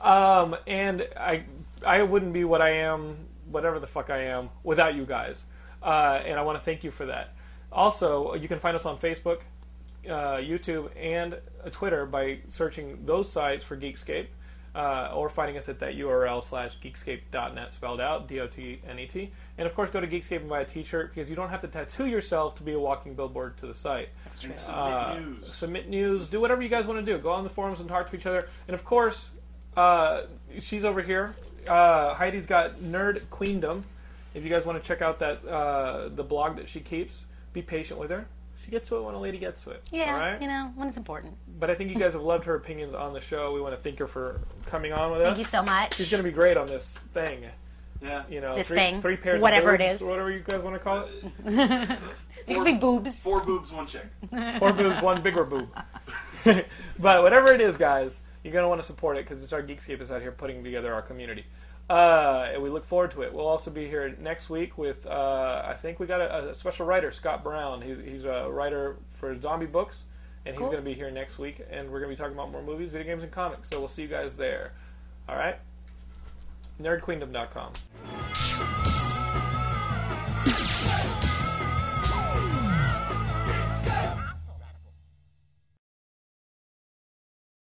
Speaker 1: Um, and I, I wouldn't be what I am, whatever the fuck I am, without you guys. Uh, and I want to thank you for that. Also, you can find us on Facebook, uh, YouTube, and uh, Twitter by searching those sites for Geekscape, uh, or finding us at that URL slash geekscape.net spelled out D O T N E T. And of course, go to Geekscape and buy a T-shirt because you don't have to tattoo yourself to be a walking billboard to the site
Speaker 2: That's true.
Speaker 3: And submit news.
Speaker 1: Uh, submit news, do whatever you guys want to do. Go on the forums and talk to each other. And of course, uh, she's over here. Uh, Heidi's got Nerd Queendom. If you guys want to check out that uh, the blog that she keeps, be patient with her. She gets to it when a lady gets to it.
Speaker 2: yeah,
Speaker 1: all right?
Speaker 2: you know, when it's important.
Speaker 1: But I think you guys have loved her opinions on the show. We want to thank her for coming on with us.
Speaker 2: Thank you so much.
Speaker 1: She's going to be great on this thing.
Speaker 3: Yeah.
Speaker 1: You know,
Speaker 2: This
Speaker 1: three,
Speaker 2: thing.
Speaker 1: three pairs
Speaker 2: Whatever
Speaker 1: of
Speaker 2: it
Speaker 1: boobs,
Speaker 2: is.
Speaker 1: or whatever you guys want to call it.
Speaker 2: These big boobs.
Speaker 3: Four boobs, one chick.
Speaker 1: Four boobs, one bigger boob. but whatever it is, guys, you're going to want to support it because it's our Geekscape is out here putting together our community. Uh, and we look forward to it. We'll also be here next week with, uh, I think we got a, a special writer, Scott Brown. He's, he's a writer for zombie books, and
Speaker 2: Cool.
Speaker 1: he's going to be here next week. And we're going to be talking about more movies, video games, and comics. So we'll see you guys there. All right? Nerdqueendom.com.